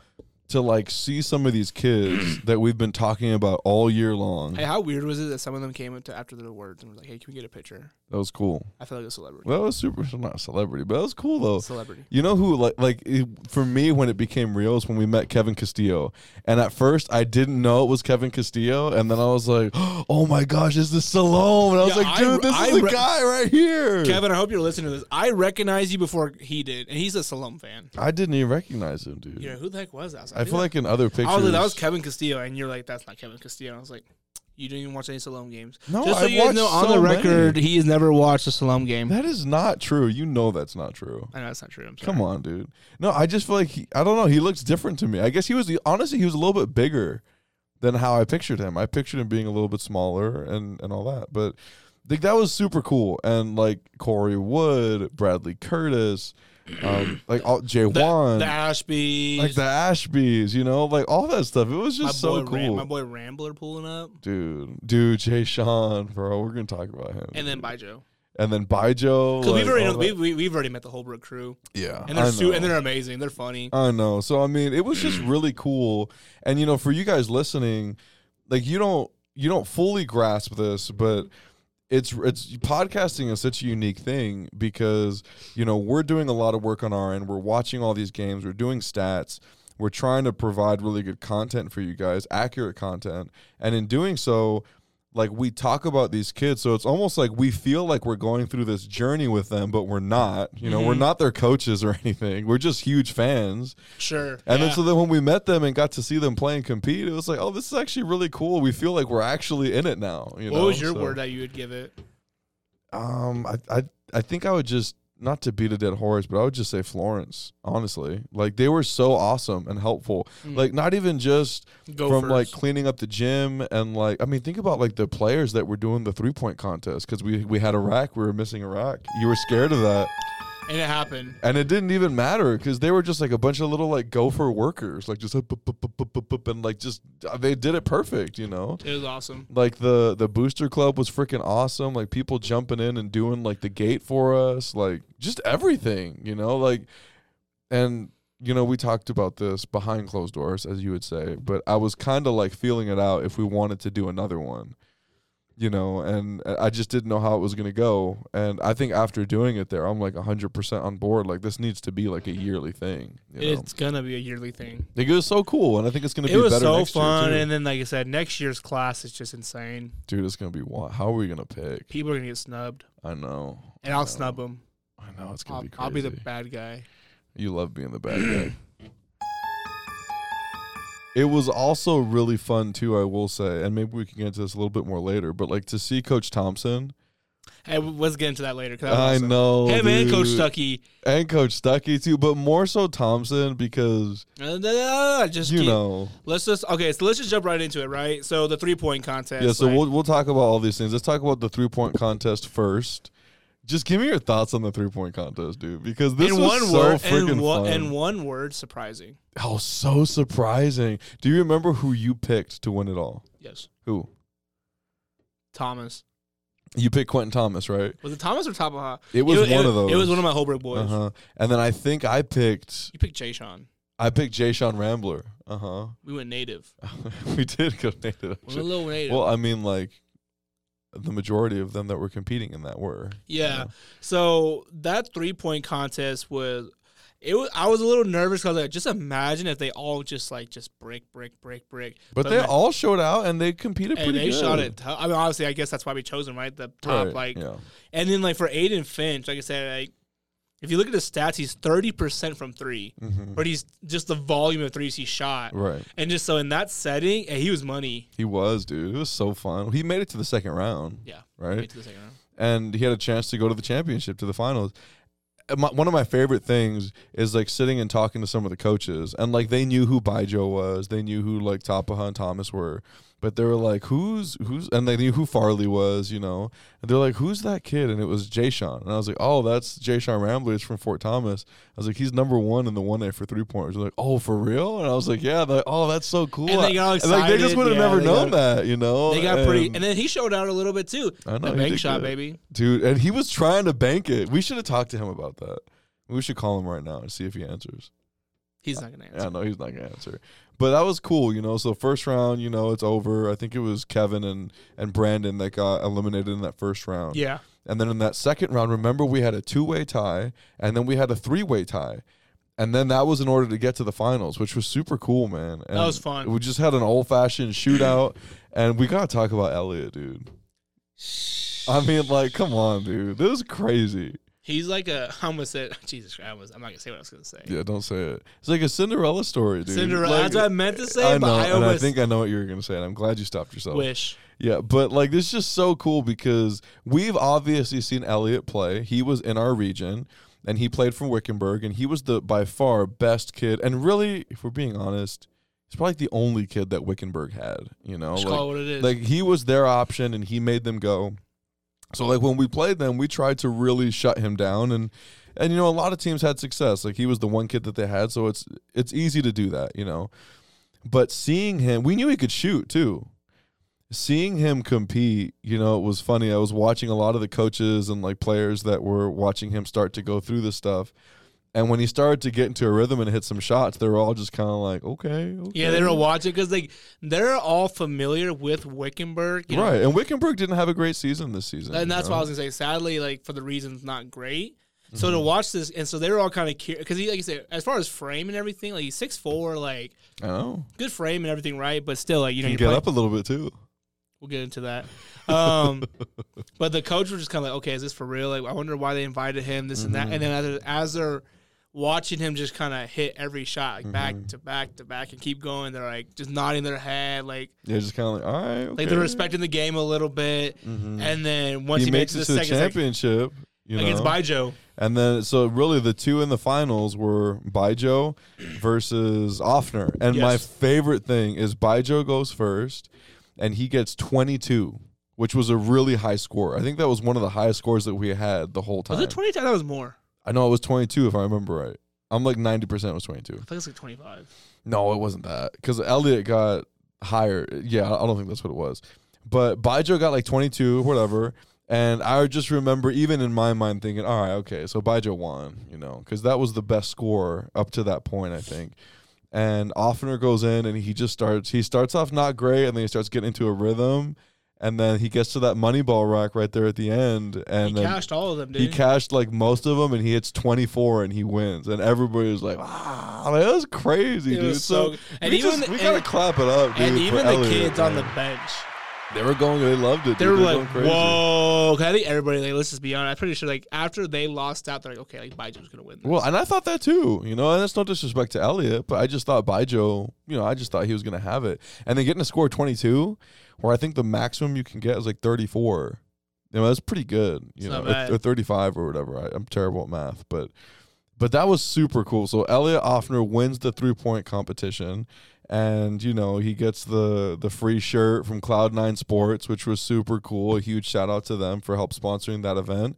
[SPEAKER 1] to like see some of these
[SPEAKER 2] [clears throat]
[SPEAKER 1] kids that we've been talking about all year long.
[SPEAKER 2] Hey, how weird was it that some of them came up to after the awards and were like, "Hey, can we get a picture?"
[SPEAKER 1] That was cool.
[SPEAKER 2] I feel like a celebrity.
[SPEAKER 1] That was super. [laughs] Not a celebrity, but that was cool though.
[SPEAKER 2] Celebrity.
[SPEAKER 1] You know who like like it, for me when it became real is when we met Kevin Castillo, and at first I didn't know it was Kevin Castillo, and then I was like, [gasps] oh my gosh, is this Salome? And I was
[SPEAKER 2] Yeah,
[SPEAKER 1] like,
[SPEAKER 2] I-
[SPEAKER 1] dude, this
[SPEAKER 2] I
[SPEAKER 1] is the
[SPEAKER 2] re-
[SPEAKER 1] guy right here.
[SPEAKER 2] Kevin, I hope you're listening to this. I recognize you before he did, and he's a Salum fan.
[SPEAKER 1] I didn't even recognize him, dude.
[SPEAKER 2] You know who the heck was that? I, was
[SPEAKER 1] I feel like in other pictures,
[SPEAKER 2] I was like, that was Kevin Castillo, and you're like, that's not Kevin Castillo. I was like, you didn't even watch any Salum games.
[SPEAKER 1] No,
[SPEAKER 2] just so
[SPEAKER 1] I've
[SPEAKER 2] you guys
[SPEAKER 1] watched
[SPEAKER 2] know, on
[SPEAKER 1] so
[SPEAKER 2] the
[SPEAKER 1] many.
[SPEAKER 2] record, he has never watched a Salum game.
[SPEAKER 1] That is not true. You know that's not true.
[SPEAKER 2] I know that's not true. I'm sorry.
[SPEAKER 1] Come on, dude. No, I just feel like he, I don't know. He looks different to me. I guess he was the honestly he was a little bit bigger than how I pictured him. I pictured him being a little bit smaller and and all that. But like that was super cool. And like Corey Wood, Bradley Curtis,
[SPEAKER 2] [clears throat]
[SPEAKER 1] um, like all Jay
[SPEAKER 2] The,
[SPEAKER 1] Wan,
[SPEAKER 2] the Ashby,
[SPEAKER 1] like the Ashbys, you know, like all that stuff. It was
[SPEAKER 2] my boy,
[SPEAKER 1] just so
[SPEAKER 2] Ram-
[SPEAKER 1] cool,
[SPEAKER 2] my boy Rambler pulling up,
[SPEAKER 1] dude. Dude, Jay Sean, bro. We're gonna talk about him.
[SPEAKER 2] and then
[SPEAKER 1] dude.
[SPEAKER 2] Bijo.
[SPEAKER 1] and then Bijo.
[SPEAKER 2] Because
[SPEAKER 1] like,
[SPEAKER 2] we've already
[SPEAKER 1] all
[SPEAKER 2] know,
[SPEAKER 1] Oh, that.
[SPEAKER 2] we, we, we've already met the Holbrook crew,
[SPEAKER 1] yeah,
[SPEAKER 2] and they're
[SPEAKER 1] I
[SPEAKER 2] su-
[SPEAKER 1] know. Uh,
[SPEAKER 2] and they're amazing. They're funny.
[SPEAKER 1] I know. So I mean, it was
[SPEAKER 2] [clears throat]
[SPEAKER 1] just really cool. And you know, for you guys listening, like you don't you don't fully grasp this, but it's it's podcasting is such a unique thing because you know we're doing a lot of work on our end. We're watching all these games. We're doing stats. We're trying to provide really good content for you guys, accurate content, and in doing so. like we talk about these kids so it's almost like we feel like we're going through this journey with them but we're not you know we're
[SPEAKER 2] Mhm.
[SPEAKER 1] not their coaches or [laughs] anything we're just huge fans
[SPEAKER 2] Sure.
[SPEAKER 1] and
[SPEAKER 2] yeah.
[SPEAKER 1] then so then when we met them and got to see them play and compete it was like oh this is actually really cool we feel like we're actually in it now you
[SPEAKER 2] what
[SPEAKER 1] know?
[SPEAKER 2] was your
[SPEAKER 1] So,
[SPEAKER 2] word that you would give it?
[SPEAKER 1] um I, I i think i would just not to beat a dead horse but i would just say florence honestly like they were so awesome and helpful
[SPEAKER 2] Mm.
[SPEAKER 1] like not even just
[SPEAKER 2] Go
[SPEAKER 1] from
[SPEAKER 2] first.
[SPEAKER 1] like cleaning up the gym and like I mean think about like the players that were doing the three point contest because we we had a rack we were missing a rack you were scared of that
[SPEAKER 2] and it happened.
[SPEAKER 1] and it didn't even matter because they were just like a bunch of little like gopher workers like just up, up, up, up, up, up, up, and like just they did it perfect you know
[SPEAKER 2] It was awesome.
[SPEAKER 1] like the the booster club was freaking awesome like people jumping in and doing like the gate for us like just everything you know like and you know we talked about this behind closed doors as you would say but i was kind of like feeling it out if we wanted to do another one you know and i just didn't know how it was going to go and i think after doing it there i'm like 100% on board like this needs to be like a yearly thing you know?
[SPEAKER 2] It's gonna be a yearly thing.
[SPEAKER 1] Like, it was so cool and i think it's going to
[SPEAKER 2] It
[SPEAKER 1] be
[SPEAKER 2] was
[SPEAKER 1] better
[SPEAKER 2] so
[SPEAKER 1] next
[SPEAKER 2] fun,
[SPEAKER 1] year too.
[SPEAKER 2] and then like I said, next year's class is just insane.
[SPEAKER 1] dude it's going to be wild. how are we going to pick
[SPEAKER 2] People are gonna get snubbed,
[SPEAKER 1] i know
[SPEAKER 2] and I'll
[SPEAKER 1] No.
[SPEAKER 2] snub them.
[SPEAKER 1] I know it's gonna
[SPEAKER 2] I'll,
[SPEAKER 1] be crazy.
[SPEAKER 2] I'll be the bad guy.
[SPEAKER 1] you love being the bad guy. It was also really fun too, I will say, and maybe we can get into this a little bit more later. But like to see Coach Thompson,
[SPEAKER 2] Hey, w- let's get into that later. 'cause that was
[SPEAKER 1] I
[SPEAKER 2] awesome.
[SPEAKER 1] know
[SPEAKER 2] Him and Coach
[SPEAKER 1] dude.
[SPEAKER 2] Stuckey.
[SPEAKER 1] and Coach Stuckey too, but more so Thompson because
[SPEAKER 2] Uh, no, no, no, just
[SPEAKER 1] you
[SPEAKER 2] keep-
[SPEAKER 1] know,
[SPEAKER 2] Let's just okay. So let's just jump right into it, right? So the three point contest.
[SPEAKER 1] yeah. So
[SPEAKER 2] like-
[SPEAKER 1] we'll we'll talk about all these things. Let's talk about the three point contest first. Just give me your thoughts on the three point contest, dude, because this
[SPEAKER 2] in
[SPEAKER 1] was
[SPEAKER 2] one
[SPEAKER 1] so
[SPEAKER 2] word,
[SPEAKER 1] freaking
[SPEAKER 2] in one,
[SPEAKER 1] fun.
[SPEAKER 2] in one word, surprising.
[SPEAKER 1] oh, so surprising! Do you remember who you picked to win it all?
[SPEAKER 2] Yes,
[SPEAKER 1] Who?
[SPEAKER 2] Thomas.
[SPEAKER 1] You picked Quentin Thomas, right?
[SPEAKER 2] Was it Thomas or Tapaha?
[SPEAKER 1] It was one of those.
[SPEAKER 2] It was one of my Holbrook boys.
[SPEAKER 1] Uh-huh. And then I think I picked
[SPEAKER 2] You picked Jay Sean.
[SPEAKER 1] I picked Jay Sean Rambler. Uh huh.
[SPEAKER 2] We went native.
[SPEAKER 1] [laughs] we did go native.
[SPEAKER 2] We went a little native.
[SPEAKER 1] Well, I mean, like the majority of them that were competing in that were.
[SPEAKER 2] yeah.
[SPEAKER 1] yeah.
[SPEAKER 2] So that three point contest was. It was, I was a little nervous because like, just imagine if they all just like just brick, brick, brick, brick.
[SPEAKER 1] But, they
[SPEAKER 2] man-
[SPEAKER 1] all showed out and they competed
[SPEAKER 2] and
[SPEAKER 1] pretty
[SPEAKER 2] they
[SPEAKER 1] good.
[SPEAKER 2] shot it. T- I mean, obviously, I guess that's why we chose them, right? The top,
[SPEAKER 1] Right,
[SPEAKER 2] like,
[SPEAKER 1] yeah.
[SPEAKER 2] and then like for Aiden Finch, like I said, like if you look at the stats, he's thirty percent from three,
[SPEAKER 1] Mhm.
[SPEAKER 2] but he's just the volume of threes he shot,
[SPEAKER 1] Right.
[SPEAKER 2] and just so in that setting, eh, he was money.
[SPEAKER 1] He was, dude. It was so fun. He made it to the second round.
[SPEAKER 2] Yeah.
[SPEAKER 1] Right.
[SPEAKER 2] Wait till the second round.
[SPEAKER 1] and he had a chance to go to the championship to the finals. And my- one of my favorite things is like sitting and talking to some of the coaches, and like they knew who Bijo was, they knew who like Tapaha and Thomas were, but they were like, "Who's who's?" And they knew who Farley was, you know. And they're like, "Who's that kid?" And it was Jay Sean, and I was like, "Oh, that's Jay Sean Rambler. It's from Fort Thomas." I was like, "He's number one in the one A for three pointers." They're like, "Oh, for real?" And I was like, "Yeah." They're like, "Oh, that's so cool."
[SPEAKER 2] And they got all
[SPEAKER 1] And, like they just
[SPEAKER 2] excited.
[SPEAKER 1] would have
[SPEAKER 2] Yeah,
[SPEAKER 1] never
[SPEAKER 2] they
[SPEAKER 1] known
[SPEAKER 2] got-
[SPEAKER 1] that, you know.
[SPEAKER 2] They got pretty,
[SPEAKER 1] And-
[SPEAKER 2] and then he showed out a little bit too.
[SPEAKER 1] um, I know,
[SPEAKER 2] the
[SPEAKER 1] he
[SPEAKER 2] bank
[SPEAKER 1] did
[SPEAKER 2] shot,
[SPEAKER 1] good.
[SPEAKER 2] baby.
[SPEAKER 1] dude. And he was trying to bank it. We should have talked to him about that. We should call him right now and see if he answers.
[SPEAKER 2] He's not gonna answer.
[SPEAKER 1] Yeah, no, he's not gonna answer. But that was cool, you know. So first round, you know, it's over. I think it was Kevin and and Brandon that got eliminated in that first round.
[SPEAKER 2] Yeah.
[SPEAKER 1] And then in that second round, remember we had a two way tie, and then we had a three way tie. And then that was in order to get to the finals, which was super cool, man. And
[SPEAKER 2] That was fun.
[SPEAKER 1] We just had an old fashioned
[SPEAKER 2] [laughs]
[SPEAKER 1] shootout, and we gotta talk about Elliot, dude. I mean, like, come on, dude. This is crazy.
[SPEAKER 2] He's like a. [laughs] I almost said Jesus Christ. I was, I'm not gonna say what I was gonna say.
[SPEAKER 1] Yeah, don't say it. It's like a Cinderella story, dude.
[SPEAKER 2] Cinderella.
[SPEAKER 1] Like,
[SPEAKER 2] that's what I meant to say,
[SPEAKER 1] I know,
[SPEAKER 2] but I
[SPEAKER 1] and I
[SPEAKER 2] almost
[SPEAKER 1] think I know what you were gonna say, and I'm glad you stopped yourself.
[SPEAKER 2] wish.
[SPEAKER 1] Yeah, but like this is just so cool because we've obviously seen Elliot play. He was in our region and he played for Wickenburg and he was the by far best kid and really, if we're being honest, he's probably the only kid that Wickenburg had, you know.
[SPEAKER 2] Just
[SPEAKER 1] like-
[SPEAKER 2] call it what it is.
[SPEAKER 1] like he was their option and he made them go. So like when we played them, we tried to really shut him down and and you know a lot of teams had success. Like he was the one kid that they had, so it's it's easy to do that, you know. But seeing him, we knew he could shoot too. Seeing him compete, you know, it was funny. I was watching a lot of the coaches and like players that were watching him start to go through this stuff. And when he started to get into a rhythm and hit some shots, they were all just kind of like, okay, okay.
[SPEAKER 2] yeah, they don't watch it because like they're all familiar with Wickenburg, you know,
[SPEAKER 1] right. And Wickenburg didn't have a great season this season. you
[SPEAKER 2] and that's
[SPEAKER 1] know?
[SPEAKER 2] what I was gonna say. Sadly, like for the reasons not great. So
[SPEAKER 1] Mm-hmm.
[SPEAKER 2] to watch this, and so they were all kind of curious because he, like you said, as far as frame and everything, like he's six four, like
[SPEAKER 1] Oh,
[SPEAKER 2] good frame and everything, right? But still, like you know,
[SPEAKER 1] can
[SPEAKER 2] you're
[SPEAKER 1] get
[SPEAKER 2] playing-
[SPEAKER 1] up a little bit too.
[SPEAKER 2] We'll get into that. Um, [laughs] but the coach was just kind of like, okay, is this for real? Like, I wonder why they invited him, this and that.
[SPEAKER 1] Mm-hmm.
[SPEAKER 2] And then as, they're- as they're watching him just kind of hit every shot, like
[SPEAKER 1] Mm-hmm.
[SPEAKER 2] back to back to back and keep going, they're like just nodding their head, like
[SPEAKER 1] Yeah, just kind of like, all right. Okay. Mm-hmm.
[SPEAKER 2] like they're respecting the game a little bit. And then once
[SPEAKER 1] He,
[SPEAKER 2] he,
[SPEAKER 1] makes it
[SPEAKER 2] the
[SPEAKER 1] to the
[SPEAKER 2] second, it's like,
[SPEAKER 1] championship. you know?
[SPEAKER 2] against Bijo,
[SPEAKER 1] And then, so really, the two in the finals were Bijo versus Offner. And my
[SPEAKER 2] Yes.
[SPEAKER 1] favorite thing is Bijo goes first, and he gets 22, which was a really high score. I think that was one of the highest scores that we had the whole time.
[SPEAKER 2] was it twenty? That was more.
[SPEAKER 1] I know it was 22, if I remember right. I'm like 90% was 22.
[SPEAKER 2] I think it's like twenty five.
[SPEAKER 1] No, it wasn't that. Because Elliot got higher. Yeah, I don't think that's what it was. But Bijo got like 22, whatever. And I just remember, even in my mind, thinking, all right, okay, so Bijo won, you know, because that was the best score up to that point, I think. And Offner goes in and he just starts, he starts off not great and then he starts getting into a rhythm. And then he gets to that money ball rack right there at the end. And
[SPEAKER 2] He
[SPEAKER 1] then
[SPEAKER 2] cashed all of them, dude.
[SPEAKER 1] he cashed like most of them and he hits 24 and he wins and everybody was like wow like, that was crazy
[SPEAKER 2] It
[SPEAKER 1] dude
[SPEAKER 2] was
[SPEAKER 1] so,
[SPEAKER 2] so- and
[SPEAKER 1] we,
[SPEAKER 2] even
[SPEAKER 1] just-
[SPEAKER 2] the-
[SPEAKER 1] we gotta
[SPEAKER 2] and-
[SPEAKER 1] clap it up dude,
[SPEAKER 2] and
[SPEAKER 1] for
[SPEAKER 2] even the
[SPEAKER 1] Elliott,
[SPEAKER 2] kids on the
[SPEAKER 1] man.
[SPEAKER 2] bench,
[SPEAKER 1] they were going they loved it
[SPEAKER 2] they
[SPEAKER 1] dude.
[SPEAKER 2] were
[SPEAKER 1] going
[SPEAKER 2] like,
[SPEAKER 1] crazy.
[SPEAKER 2] "Whoa!" 'Cause I think everybody, like, let's just be honest. I'm pretty sure, like, after they lost out, they're like, "Okay, like Bijo's gonna win." this."
[SPEAKER 1] well and i thought that too you know and that's no disrespect to elliot but i just thought Bijo, you know i just thought he was gonna have it and then getting a score of 22 where i think the maximum you can get is like 34 you know that's pretty good you
[SPEAKER 2] It's
[SPEAKER 1] know
[SPEAKER 2] not
[SPEAKER 1] or-
[SPEAKER 2] bad.
[SPEAKER 1] or 35 or whatever I, i'm terrible at math but But that was super cool. So Elliot Offner wins the three point competition, and you know he gets the the free shirt from Cloud Nine Sports, which was super cool. A huge shout out to them for help sponsoring that event,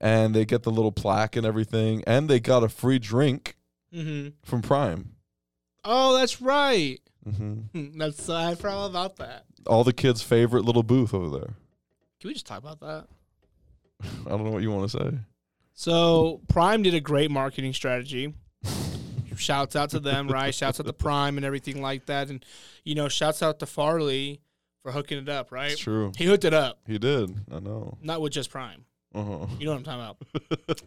[SPEAKER 1] and they get the little plaque and everything, and they got a free drink
[SPEAKER 2] hmm
[SPEAKER 1] from Prime.
[SPEAKER 2] Oh, that's right.
[SPEAKER 1] hmm
[SPEAKER 2] Hmm, That's so I forgot all about that.
[SPEAKER 1] All the kids' favorite little booth over there.
[SPEAKER 2] Can we just talk about that?
[SPEAKER 1] I don't know what you want to say.
[SPEAKER 2] So Prime did a great marketing strategy. shouts out to them, right? Shouts out to Prime and everything like that, and you know, shouts out to Farley for hooking it up, right?
[SPEAKER 1] It's true.
[SPEAKER 2] He hooked it up,
[SPEAKER 1] He did. I know.
[SPEAKER 2] not with just Prime.
[SPEAKER 1] Uh-huh. [laughs]
[SPEAKER 2] You know what I'm talking about.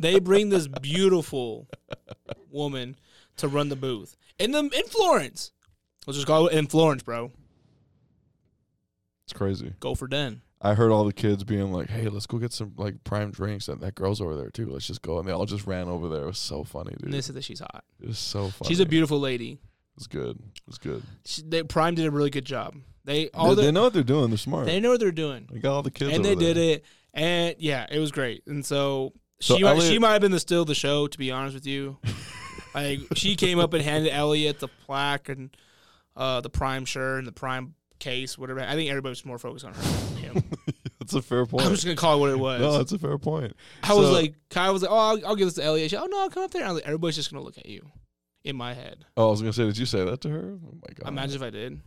[SPEAKER 2] they bring this beautiful woman to run the booth in the in Florence. Let's just call it in Florence, bro.
[SPEAKER 1] It's crazy.
[SPEAKER 2] Go for Den.
[SPEAKER 1] I heard all the kids being like, "Hey, let's go get some like prime drinks." And that girl's over there too. Let's just go. And they all just ran over there. It was so funny, dude.
[SPEAKER 2] And they said that she's hot.
[SPEAKER 1] it was so funny.
[SPEAKER 2] She's a beautiful lady.
[SPEAKER 1] It's good. It's good.
[SPEAKER 2] She, they, Prime did a really good job. They all
[SPEAKER 1] They,
[SPEAKER 2] the,
[SPEAKER 1] they know what they're doing. They're smart.
[SPEAKER 2] they know what they're doing.
[SPEAKER 1] They got all the kids.
[SPEAKER 2] and they
[SPEAKER 1] over
[SPEAKER 2] did
[SPEAKER 1] there.
[SPEAKER 2] it. And yeah, it was great. And so,
[SPEAKER 1] So
[SPEAKER 2] she might,
[SPEAKER 1] Elliot-
[SPEAKER 2] she might have been the still of the show, to be honest with [laughs] you. like she came up and handed Elliot the plaque and uh, the prime shirt and the prime case, whatever. I think everybody was more focused on her. than Him.
[SPEAKER 1] [laughs] that's a fair
[SPEAKER 2] I'm
[SPEAKER 1] point.
[SPEAKER 2] just gonna call it what it
[SPEAKER 1] [laughs]
[SPEAKER 2] was.
[SPEAKER 1] No, that's a fair point.
[SPEAKER 2] I was
[SPEAKER 1] so-
[SPEAKER 2] like, Kyle was like, oh, I'll, I'll give this to Elliot. She, oh no, I'll come up there. I was like, everybody's just gonna look at you. In my head,
[SPEAKER 1] Oh, I was gonna say, did you say that to her? Oh my god.
[SPEAKER 2] imagine if I did.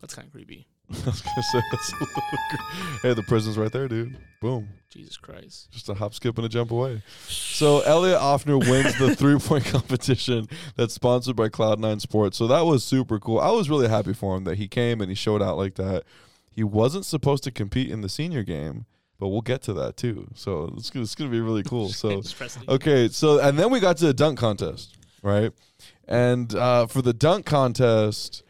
[SPEAKER 2] That's kind of creepy.
[SPEAKER 1] [laughs] I was gonna say that's a little cr- Hey, the prison's right there, dude. Boom.
[SPEAKER 2] Jesus Christ.
[SPEAKER 1] Just a hop, skip, and a jump away. So Elliot Offner wins the three-point competition that's sponsored by Cloud9 Sports. So that was super cool. I was really happy for him that he came and he showed out like that. He wasn't supposed to compete in the senior game, but we'll get to that too. So it's gonna, it's gonna be really cool. So
[SPEAKER 2] [laughs] Just press
[SPEAKER 1] [laughs]
[SPEAKER 2] it.
[SPEAKER 1] okay, so and then we got to the dunk contest, right? And uh, for the dunk contest,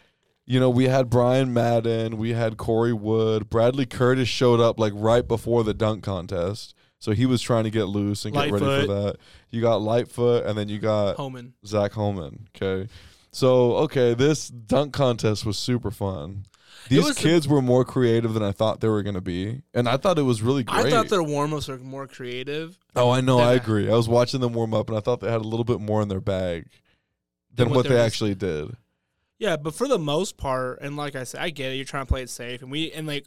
[SPEAKER 1] you know, we had Brian Madden, we had Corey Wood, Bradley Curtis showed up like right before the dunk contest. So he was trying to get loose and get ready for
[SPEAKER 2] Lightfoot.
[SPEAKER 1] that. You got Lightfoot and then you got
[SPEAKER 2] Homan.
[SPEAKER 1] Zach Holman. Okay. So, okay, this dunk contest was super fun. These
[SPEAKER 2] was-
[SPEAKER 1] kids were more creative than I thought they were going to be. And I thought it was really great.
[SPEAKER 2] I thought their warm ups were more creative.
[SPEAKER 1] Oh, I know. I
[SPEAKER 2] Yeah.
[SPEAKER 1] agree. I was watching them warm up, and I thought they had a little bit more in their bag than
[SPEAKER 2] Than what
[SPEAKER 1] what
[SPEAKER 2] there
[SPEAKER 1] they
[SPEAKER 2] was.
[SPEAKER 1] actually did.
[SPEAKER 2] Yeah, but for the most part, and like I said, I get it. You're trying to play it safe, and we and like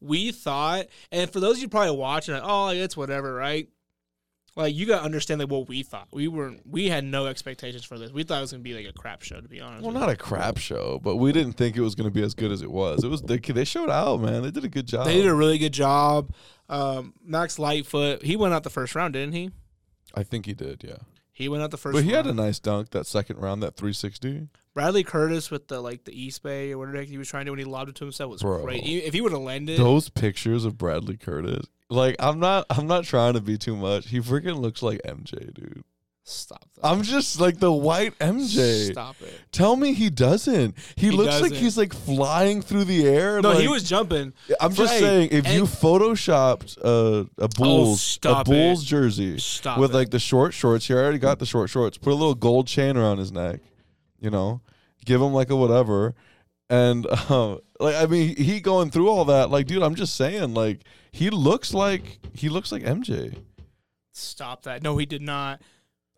[SPEAKER 2] we thought, and for those of you probably watching, like, oh, it's whatever, right? Like you gotta understand like what we thought. We weren't. We had no expectations for this. We thought it was gonna be like a crap show, to be honest.
[SPEAKER 1] Well,
[SPEAKER 2] with
[SPEAKER 1] not a crap show, but we didn't think it was going to be as good as it was. It was they, they showed out, man. They did a good job.
[SPEAKER 2] you. They did a really good job. Um, Max Lightfoot, he went out the first round, didn't he?
[SPEAKER 1] I think he did, yeah.
[SPEAKER 2] He went out the first.
[SPEAKER 1] But he had
[SPEAKER 2] round.
[SPEAKER 1] a nice dunk that second round, that 360.
[SPEAKER 2] Bradley Curtis with the like the East Bay or whatever he was trying to when he lobbed it to himself was
[SPEAKER 1] Bro.
[SPEAKER 2] great. He- If he would have landed,
[SPEAKER 1] Those pictures of Bradley Curtis, like I'm not, I'm not trying to be too much. He freaking looks like MJ, dude.
[SPEAKER 2] Stop that.
[SPEAKER 1] I'm just like the white MJ.
[SPEAKER 2] Stop it.
[SPEAKER 1] Tell me he doesn't. He, looks like
[SPEAKER 2] doesn't.
[SPEAKER 1] he's like flying through the air.
[SPEAKER 2] No,
[SPEAKER 1] like,
[SPEAKER 2] he was jumping.
[SPEAKER 1] I'm just
[SPEAKER 2] Right.
[SPEAKER 1] saying, if you
[SPEAKER 2] And- Oh,
[SPEAKER 1] photoshopped uh, a Bulls a
[SPEAKER 2] stop
[SPEAKER 1] Bulls
[SPEAKER 2] it.
[SPEAKER 1] jersey
[SPEAKER 2] Stop
[SPEAKER 1] with
[SPEAKER 2] it.
[SPEAKER 1] like the short shorts, he already got the short shorts. Put a little gold chain around his neck, you know, give him like a whatever, and [laughs] um, like I mean, he going through all that. Like, dude, I'm just saying, like he looks like he looks like MJ.
[SPEAKER 2] Stop that. No, he did not.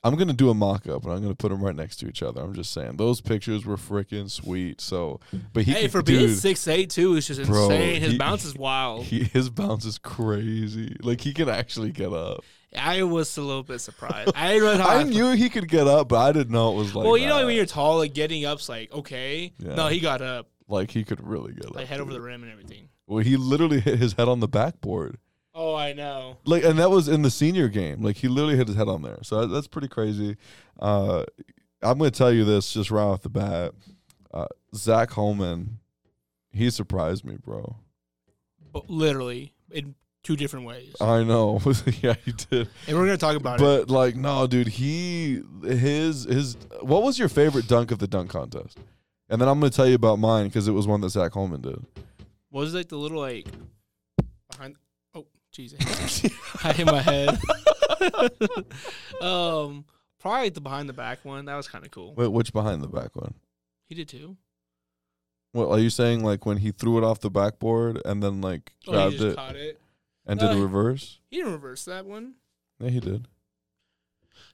[SPEAKER 1] I'm gonna do a mock up and I'm gonna put them right next to each other. I'm just saying those pictures were freaking sweet. So, but he
[SPEAKER 2] hey,
[SPEAKER 1] could-
[SPEAKER 2] for being
[SPEAKER 1] dude,
[SPEAKER 2] six eight too, it's just
[SPEAKER 1] Bro,
[SPEAKER 2] insane. His
[SPEAKER 1] he-
[SPEAKER 2] bounce is wild.
[SPEAKER 1] he, his bounce is crazy. Like he can actually get up.
[SPEAKER 2] I was a little bit surprised. I didn't realize how
[SPEAKER 1] I knew he could get up, but I didn't know it was like.
[SPEAKER 2] Well, you know
[SPEAKER 1] that.
[SPEAKER 2] when you're tall, like getting up's like okay.
[SPEAKER 1] Yeah.
[SPEAKER 2] No, he got up,
[SPEAKER 1] like he could really get up.
[SPEAKER 2] like head over the
[SPEAKER 1] dude.
[SPEAKER 2] rim and everything.
[SPEAKER 1] Well, he literally hit his head on the backboard.
[SPEAKER 2] Oh, I know.
[SPEAKER 1] Like, and that was in the senior game. Like he literally hit his head on there. So that, that's pretty crazy. Uh, I'm gonna tell you this just right off the bat. Uh, Zach Holman, he surprised me, bro.
[SPEAKER 2] But literally in two different ways,
[SPEAKER 1] I know. [laughs] yeah, he did.
[SPEAKER 2] and we're gonna talk about it.
[SPEAKER 1] Oh. But like, no, dude, he his his. What was your favorite dunk of the dunk contest? And then I'm gonna tell you about mine because it was one that Zach Holman did. [laughs]
[SPEAKER 2] What was like the little like behind? Oh, [laughs] jeez, I hit my head. um, probably the behind the back one. That was kind of cool.
[SPEAKER 1] Wait, which behind the back one?
[SPEAKER 2] He did too.
[SPEAKER 1] What are you saying? Like when he threw it off the backboard and then like
[SPEAKER 2] Oh, he
[SPEAKER 1] grabbed
[SPEAKER 2] just
[SPEAKER 1] it
[SPEAKER 2] caught it.
[SPEAKER 1] and
[SPEAKER 2] No,
[SPEAKER 1] did a
[SPEAKER 2] he-
[SPEAKER 1] reverse?
[SPEAKER 2] He didn't reverse that one.
[SPEAKER 1] Yeah, he did.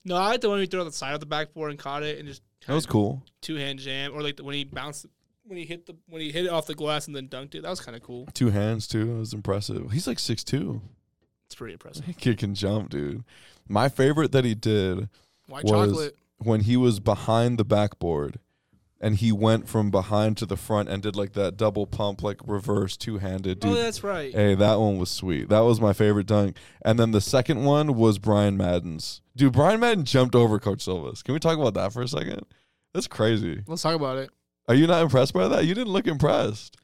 [SPEAKER 2] No, I like the one he threw on the side of the backboard and caught it and just
[SPEAKER 1] That was cool.
[SPEAKER 2] two hand jam or like the, when he bounced when he hit the when he hit it off the glass and then dunked it. That was kind of cool.
[SPEAKER 1] Two hands too. It was impressive. He's like six two. [laughs]
[SPEAKER 2] It's pretty impressive.
[SPEAKER 1] Kid can jump, dude. My favorite that he did
[SPEAKER 2] White
[SPEAKER 1] Was-
[SPEAKER 2] chocolate.
[SPEAKER 1] when he was behind the backboard and he went from behind to the front and did like that double pump, like reverse two handed,
[SPEAKER 2] Oh,
[SPEAKER 1] dude.
[SPEAKER 2] that's right.
[SPEAKER 1] Hey, that one was sweet. That was my favorite dunk. And then the second one was Brian Madden's. Dude, Brian Madden jumped over Coach Silvas. Can we talk about that for a second? That's crazy.
[SPEAKER 2] Let's talk about it.
[SPEAKER 1] Are you not impressed by that? You didn't look impressed.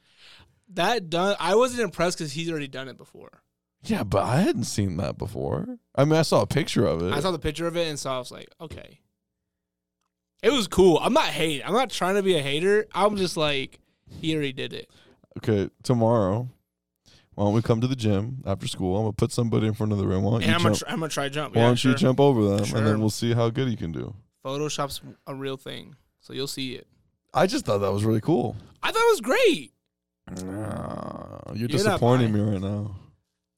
[SPEAKER 2] That done. I wasn't impressed because he's already done it before.
[SPEAKER 1] Yeah, but I hadn't seen that before. I mean, I saw a picture of it.
[SPEAKER 2] I saw the picture of it and saw. I was like, okay. It was cool. I'm not hating. I'm not trying to be a hater. I'm just like, he already did it.
[SPEAKER 1] okay, tomorrow, why don't we come to the gym after school? I'm gonna put somebody in front of the rim. Why don't
[SPEAKER 2] And
[SPEAKER 1] you
[SPEAKER 2] I'm gonna,
[SPEAKER 1] jump?
[SPEAKER 2] try, I'm gonna try jump.
[SPEAKER 1] Why
[SPEAKER 2] Yeah,
[SPEAKER 1] don't
[SPEAKER 2] sure.
[SPEAKER 1] you jump over them, and
[SPEAKER 2] Sure.
[SPEAKER 1] then we'll see how good you can do.
[SPEAKER 2] Photoshop's a real thing, so you'll see it.
[SPEAKER 1] I just thought that was really cool.
[SPEAKER 2] I thought it was great.
[SPEAKER 1] Nah, you're
[SPEAKER 2] You're not
[SPEAKER 1] disappointing me right now.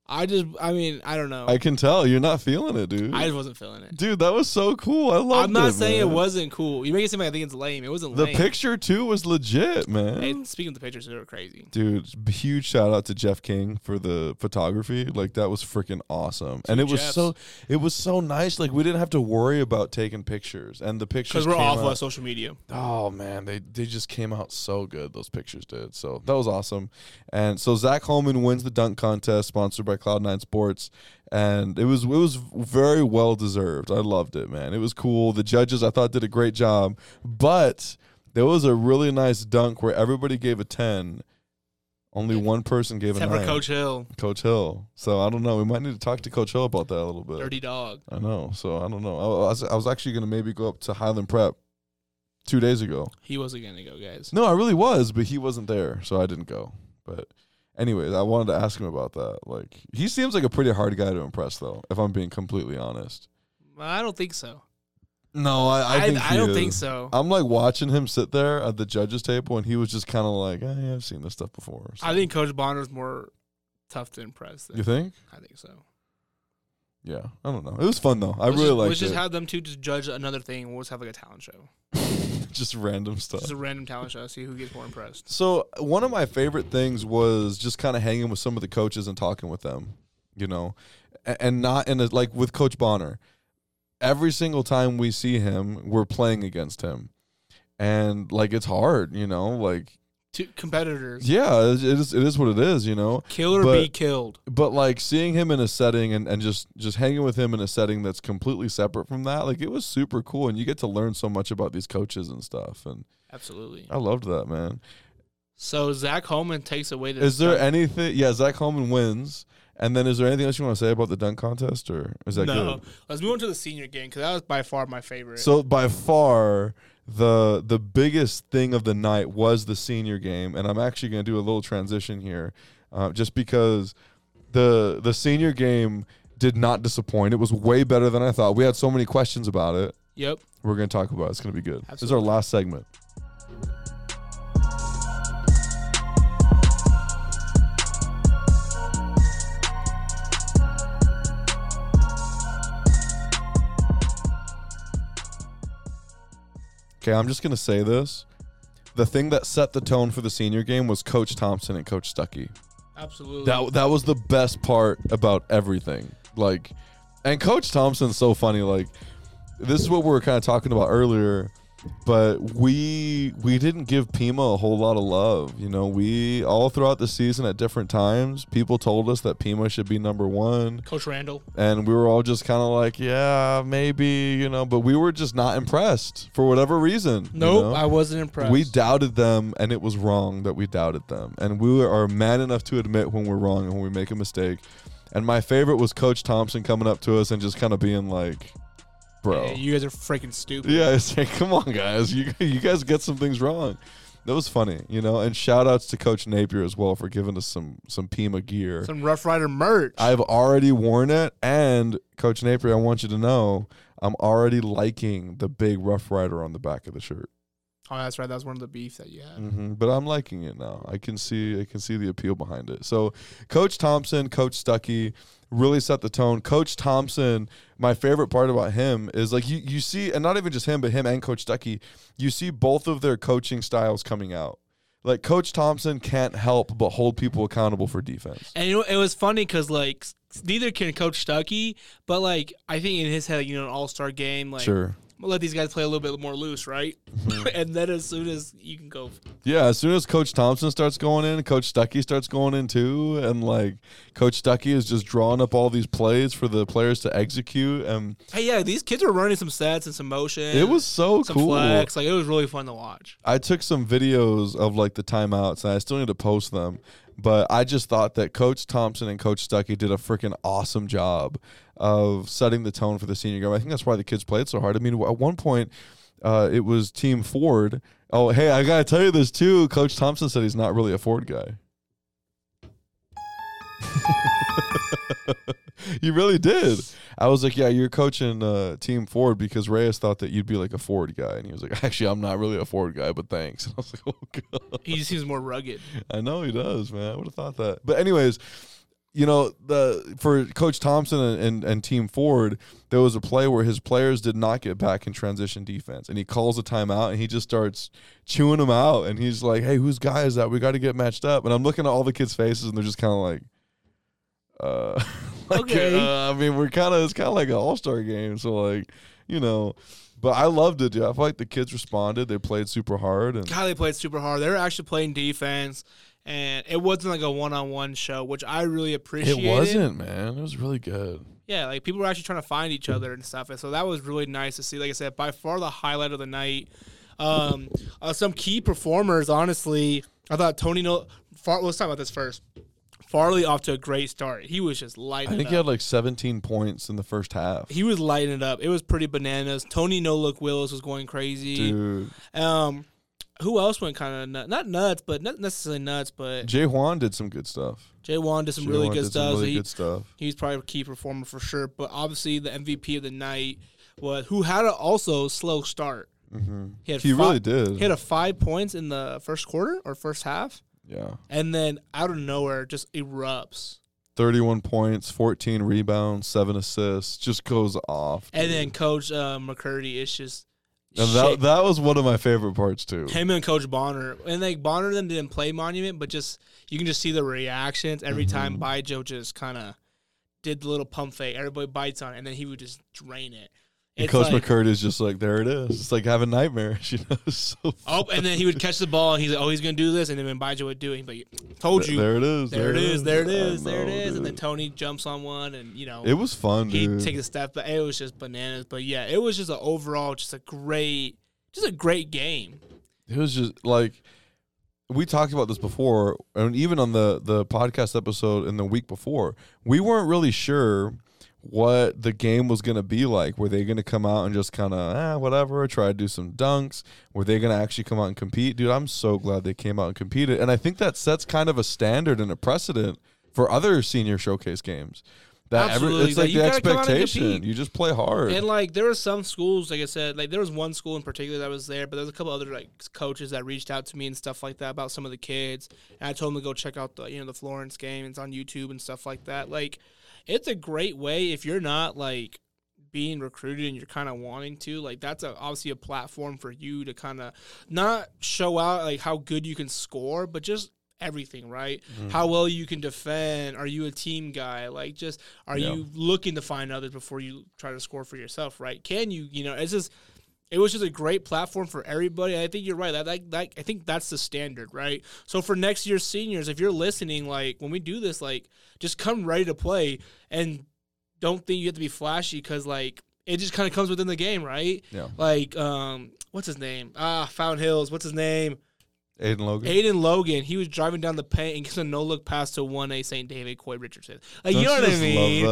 [SPEAKER 2] I just, I mean, I don't know.
[SPEAKER 1] I can tell you're not feeling it, dude.
[SPEAKER 2] I just wasn't
[SPEAKER 1] [laughs]
[SPEAKER 2] feeling it.
[SPEAKER 1] dude, that was so cool. I love.
[SPEAKER 2] I'm not saying it wasn't cool. You make it seem like I think it's lame. It wasn't
[SPEAKER 1] The
[SPEAKER 2] lame.
[SPEAKER 1] picture too was legit, man.
[SPEAKER 2] Hey, speaking of the pictures, they were crazy.
[SPEAKER 1] Dude, huge shout out to Jeff King for the photography. Like that was freaking awesome. and it was
[SPEAKER 2] Jeffs.
[SPEAKER 1] so it was so nice. Like we didn't have to worry about taking pictures. And the pictures
[SPEAKER 2] Because we're
[SPEAKER 1] came
[SPEAKER 2] awful at
[SPEAKER 1] out,
[SPEAKER 2] social media.
[SPEAKER 1] Oh man, they they just came out so good. Those pictures did. So that was awesome. And so Zach Holman wins the dunk contest sponsored by Cloud9 Sports. And it was it was very well deserved. I loved it, man. It was cool. The judges I thought did a great job. But there was a really nice dunk where everybody gave a ten. Only one person gave
[SPEAKER 2] Except
[SPEAKER 1] a
[SPEAKER 2] for
[SPEAKER 1] nine.
[SPEAKER 2] Coach Hill,
[SPEAKER 1] Coach Hill. So I don't know. We might need to talk to Coach Hill about that a little bit.
[SPEAKER 2] dirty dog.
[SPEAKER 1] I know. So I don't know. I, I was, I was actually going to maybe go up to Highland Prep two days ago.
[SPEAKER 2] He wasn't gonna go, guys.
[SPEAKER 1] No, I really was, but he wasn't there, so I didn't go. But anyways, I wanted to ask him about that. Like he seems like a pretty hard guy to impress though, if I'm being completely honest.
[SPEAKER 2] I don't think so.
[SPEAKER 1] No, I
[SPEAKER 2] I, I, don't think so.
[SPEAKER 1] I'm like watching him sit there at the judges table and he was just kind of like, eh, yeah, I've seen this stuff before. So-
[SPEAKER 2] I think Coach Bonner's more tough to impress. Than
[SPEAKER 1] you think?
[SPEAKER 2] I think so.
[SPEAKER 1] Yeah, I don't know. It was fun though. I
[SPEAKER 2] Let's
[SPEAKER 1] really
[SPEAKER 2] just,
[SPEAKER 1] liked
[SPEAKER 2] Let's
[SPEAKER 1] it.
[SPEAKER 2] just have them two just judge another thing. We'll just have like a talent show,
[SPEAKER 1] [laughs] just random stuff.
[SPEAKER 2] just a random talent show. See who gets
[SPEAKER 1] [laughs]
[SPEAKER 2] more impressed.
[SPEAKER 1] So one of my favorite things was just kind of hanging with some of the coaches and talking with them, you know, A- and not in a, like with Coach Bonner. Every single time we see him, we're playing against him, and like it's hard, you know. Like
[SPEAKER 2] Two competitors,
[SPEAKER 1] yeah, it is it is what it is, you know
[SPEAKER 2] kill or
[SPEAKER 1] But-
[SPEAKER 2] be killed.
[SPEAKER 1] but like seeing him in a setting and, and just just hanging with him in a setting that's completely separate from that like it was super cool and you get to learn so much about these coaches and stuff and
[SPEAKER 2] Absolutely.
[SPEAKER 1] i loved that man
[SPEAKER 2] So Zach Holman takes away the.
[SPEAKER 1] Is there anything? Yeah, Zach Holman wins. And then, is there anything else you want to say about the dunk contest, or is that
[SPEAKER 2] no?
[SPEAKER 1] good?
[SPEAKER 2] Let's move on to the senior game because that was by far my favorite.
[SPEAKER 1] So by far the the biggest thing of the night was the senior game, and I'm actually going to do a little transition here, uh, just because the the senior game did not disappoint. It was way better than I thought. We had so many questions about it.
[SPEAKER 2] yep.
[SPEAKER 1] We're going to talk about. It. It's going to be good. This is our
[SPEAKER 2] Absolutely.
[SPEAKER 1] last segment. Okay, I'm just gonna say this. The thing that set the tone for the senior game was Coach Thompson and Coach Stuckey.
[SPEAKER 2] Absolutely.
[SPEAKER 1] That that was the best part about everything. Like, and Coach Thompson's so funny. Like, this is what we were kind of talking about earlier, but we we didn't give Pima a whole lot of love. You know, we all throughout the season at different times, people told us that Pima should be number one
[SPEAKER 2] Coach Randall.
[SPEAKER 1] and we were all just kind of like, yeah, maybe, you know, but we were just not impressed for whatever reason. you
[SPEAKER 2] Nope,
[SPEAKER 1] know?
[SPEAKER 2] I wasn't impressed.
[SPEAKER 1] we doubted them, and it was wrong that we doubted them. And we are man enough to admit when we're wrong and when we make a mistake. And my favorite was Coach Thompson coming up to us and just kind of being like, bro.
[SPEAKER 2] Yeah, you guys are freaking stupid.
[SPEAKER 1] Yeah, [laughs] it's like, come on, guys. You, you guys get some things wrong. That was funny, you know. And shout outs to Coach Napier as well for giving us some some Pima gear.
[SPEAKER 2] Some Rough Rider merch.
[SPEAKER 1] I've already worn it, and Coach Napier, I want you to know, I'm already liking the big Rough Rider on the back of the shirt.
[SPEAKER 2] oh, that's right. That was one of the beef that you had.
[SPEAKER 1] hmm But I'm liking it now. I can see, I can see the appeal behind it. So, Coach Thompson, Coach Stuckey really set the tone. Coach Thompson, my favorite part about him is like you, you see, and not even just him, but him and Coach Stuckey, you see both of their coaching styles coming out. Like Coach Thompson can't help but hold people accountable for defense.
[SPEAKER 2] And you know, it was funny because like s- neither can Coach Stuckey, but like I think in his head, you know, an All Star game, like
[SPEAKER 1] Sure. Mm-hmm.
[SPEAKER 2] we'll let these guys play a little bit more loose, right? [laughs] and then as soon as you can go,
[SPEAKER 1] Yeah, as soon as Coach Thompson starts going in, Coach Stuckey starts going in too, and like Coach Stuckey is just drawing up all these plays for the players to execute, and
[SPEAKER 2] hey, yeah, these kids are running some sets and some motion.
[SPEAKER 1] it was so
[SPEAKER 2] some
[SPEAKER 1] cool.
[SPEAKER 2] flex. Like it was really fun
[SPEAKER 1] [laughs]
[SPEAKER 2] to watch.
[SPEAKER 1] I took some videos of like the timeouts, and I still need to post them. But I just thought that Coach Thompson and Coach Stuckey did a freaking awesome job of setting the tone for the senior game. I think that's why the kids played so hard. I mean, at one point, uh, it was Team Ford. Oh, hey, I gotta tell you this too. Coach Thompson said he's not really a Ford guy. [laughs] you really did. I was like, yeah, you're coaching uh, Team Ford because Reyes thought that you'd be like a Ford guy, and he was like, [laughs] actually, I'm not really a Ford guy, but thanks. [laughs] And I was like, oh god,
[SPEAKER 2] He just seems more rugged.
[SPEAKER 1] I know he does, man. I would have thought that. But anyways, you know, the for Coach Thompson and, and, and Team Ford, there was a play where his players did not get back in transition defense, and he calls a timeout, and he just starts chewing them out, and he's like, hey, whose guy is that? We got to get matched up. And I'm looking at all the kids' faces, and they're just kind of like. Uh, [laughs] like,
[SPEAKER 2] Okay.
[SPEAKER 1] uh, I mean, we're kind of it's kind of like an all star game, so like, you know, but I loved it, dude. I feel like the kids responded; they played super hard, and
[SPEAKER 2] God, they played super hard. They were actually playing defense, and it wasn't like a one on one show, which I really appreciated.
[SPEAKER 1] It wasn't, man. It was really good.
[SPEAKER 2] Yeah, like people were actually trying to find each other and stuff, and so that was really nice to see. Like I said, by far the highlight of the night. Um, uh, some key performers, honestly, I thought Tony. No, Far- let's talk about this first. Farley off to a great start. He was just lighting.
[SPEAKER 1] I
[SPEAKER 2] it
[SPEAKER 1] think
[SPEAKER 2] up.
[SPEAKER 1] he had like 17 points in the first half.
[SPEAKER 2] he was lighting it up. It was pretty bananas. Tony No Look Willis was going crazy.
[SPEAKER 1] Dude,
[SPEAKER 2] Um, who else went kind of nuts? Not nuts, but not necessarily nuts. But
[SPEAKER 1] Jay Juan did some good stuff.
[SPEAKER 2] Jay Wan did some
[SPEAKER 1] Jay
[SPEAKER 2] really
[SPEAKER 1] Juan
[SPEAKER 2] good
[SPEAKER 1] did some
[SPEAKER 2] stuff. So
[SPEAKER 1] really
[SPEAKER 2] he,
[SPEAKER 1] good stuff.
[SPEAKER 2] he's probably a key performer for sure. But obviously, the MVP of the night was who had a also slow start.
[SPEAKER 1] hmm
[SPEAKER 2] He had
[SPEAKER 1] He
[SPEAKER 2] fi-
[SPEAKER 1] really
[SPEAKER 2] He had
[SPEAKER 1] did.
[SPEAKER 2] a five points in the first quarter or first half,
[SPEAKER 1] Yeah,
[SPEAKER 2] and then out of nowhere just erupts.
[SPEAKER 1] 31 points, 14 rebounds, seven assists. Just goes off.
[SPEAKER 2] And
[SPEAKER 1] dude.
[SPEAKER 2] then Coach uh, McCurdy is just
[SPEAKER 1] And
[SPEAKER 2] shit-
[SPEAKER 1] that that was one of my favorite parts too.
[SPEAKER 2] him and Coach Bonner, and like Bonner and them didn't play Monument, but just you can just see the reactions every
[SPEAKER 1] Mm-hmm.
[SPEAKER 2] time Bijo just kind of did the little pump fake. Everybody bites on it, and then he would just drain it.
[SPEAKER 1] And
[SPEAKER 2] It's
[SPEAKER 1] Coach
[SPEAKER 2] like,
[SPEAKER 1] McCurdy is just like, there it is. It's like having nightmares. [laughs] You know, It's so
[SPEAKER 2] Oh, and then he would catch the ball, and he's like, "Oh, he's gonna do this," and then when Bijo would do it, he'd be like, "Told you,
[SPEAKER 1] there
[SPEAKER 2] there,
[SPEAKER 1] it is.
[SPEAKER 2] it is, there it
[SPEAKER 1] I
[SPEAKER 2] is, there it
[SPEAKER 1] know,
[SPEAKER 2] is," and then
[SPEAKER 1] dude.
[SPEAKER 2] Tony jumps on one, and you know
[SPEAKER 1] it was fun,
[SPEAKER 2] he
[SPEAKER 1] dude.
[SPEAKER 2] takes a step, but it was just bananas. But yeah, it was just an overall, just a great, just a great game.
[SPEAKER 1] It was just like we talked about this before, and even on the the podcast episode in the week before, we weren't really sure what the game was going to be like. Were they going to come out and just kind of eh, whatever, try to do some dunks? Were they going to actually come out and compete? Dude, I'm so glad they came out and competed, and I think that sets kind of a standard and a precedent for other senior showcase games. That
[SPEAKER 2] Absolutely,
[SPEAKER 1] every, it's
[SPEAKER 2] that
[SPEAKER 1] like
[SPEAKER 2] you
[SPEAKER 1] the
[SPEAKER 2] gotta come out and
[SPEAKER 1] expectation.
[SPEAKER 2] compete.
[SPEAKER 1] You just play hard.
[SPEAKER 2] And like there were some schools, like I said, like there was one school in particular that was there, but there's a couple other like coaches that reached out to me and stuff like that about some of the kids. And I told them to go check out the you know the Florence game. It's on YouTube and stuff like that. Like it's a great way if you're not like being recruited and you're kind of wanting to like that's a, obviously a platform for you to kind of not show out like how good you can score but just everything right how well you can defend are you a team guy like just are
[SPEAKER 1] Yeah.
[SPEAKER 2] you looking to find others before you try to score for yourself right can you you know it's just it was just a great platform for everybody. And I think you're right. That, that, that I think that's the standard, right? So for next year's seniors, if you're listening, like when we do this, like just come ready to play and don't think you have to be flashy because like it just kind of comes within the game, right?
[SPEAKER 1] Yeah.
[SPEAKER 2] Like um, what's his name? Ah, Found Hills. What's his name?
[SPEAKER 1] Aiden Logan.
[SPEAKER 2] Aiden Logan. He was driving down the paint and gets a no look pass to one A St. David Coy Richardson. Like you
[SPEAKER 1] Don't
[SPEAKER 2] know
[SPEAKER 1] you
[SPEAKER 2] what I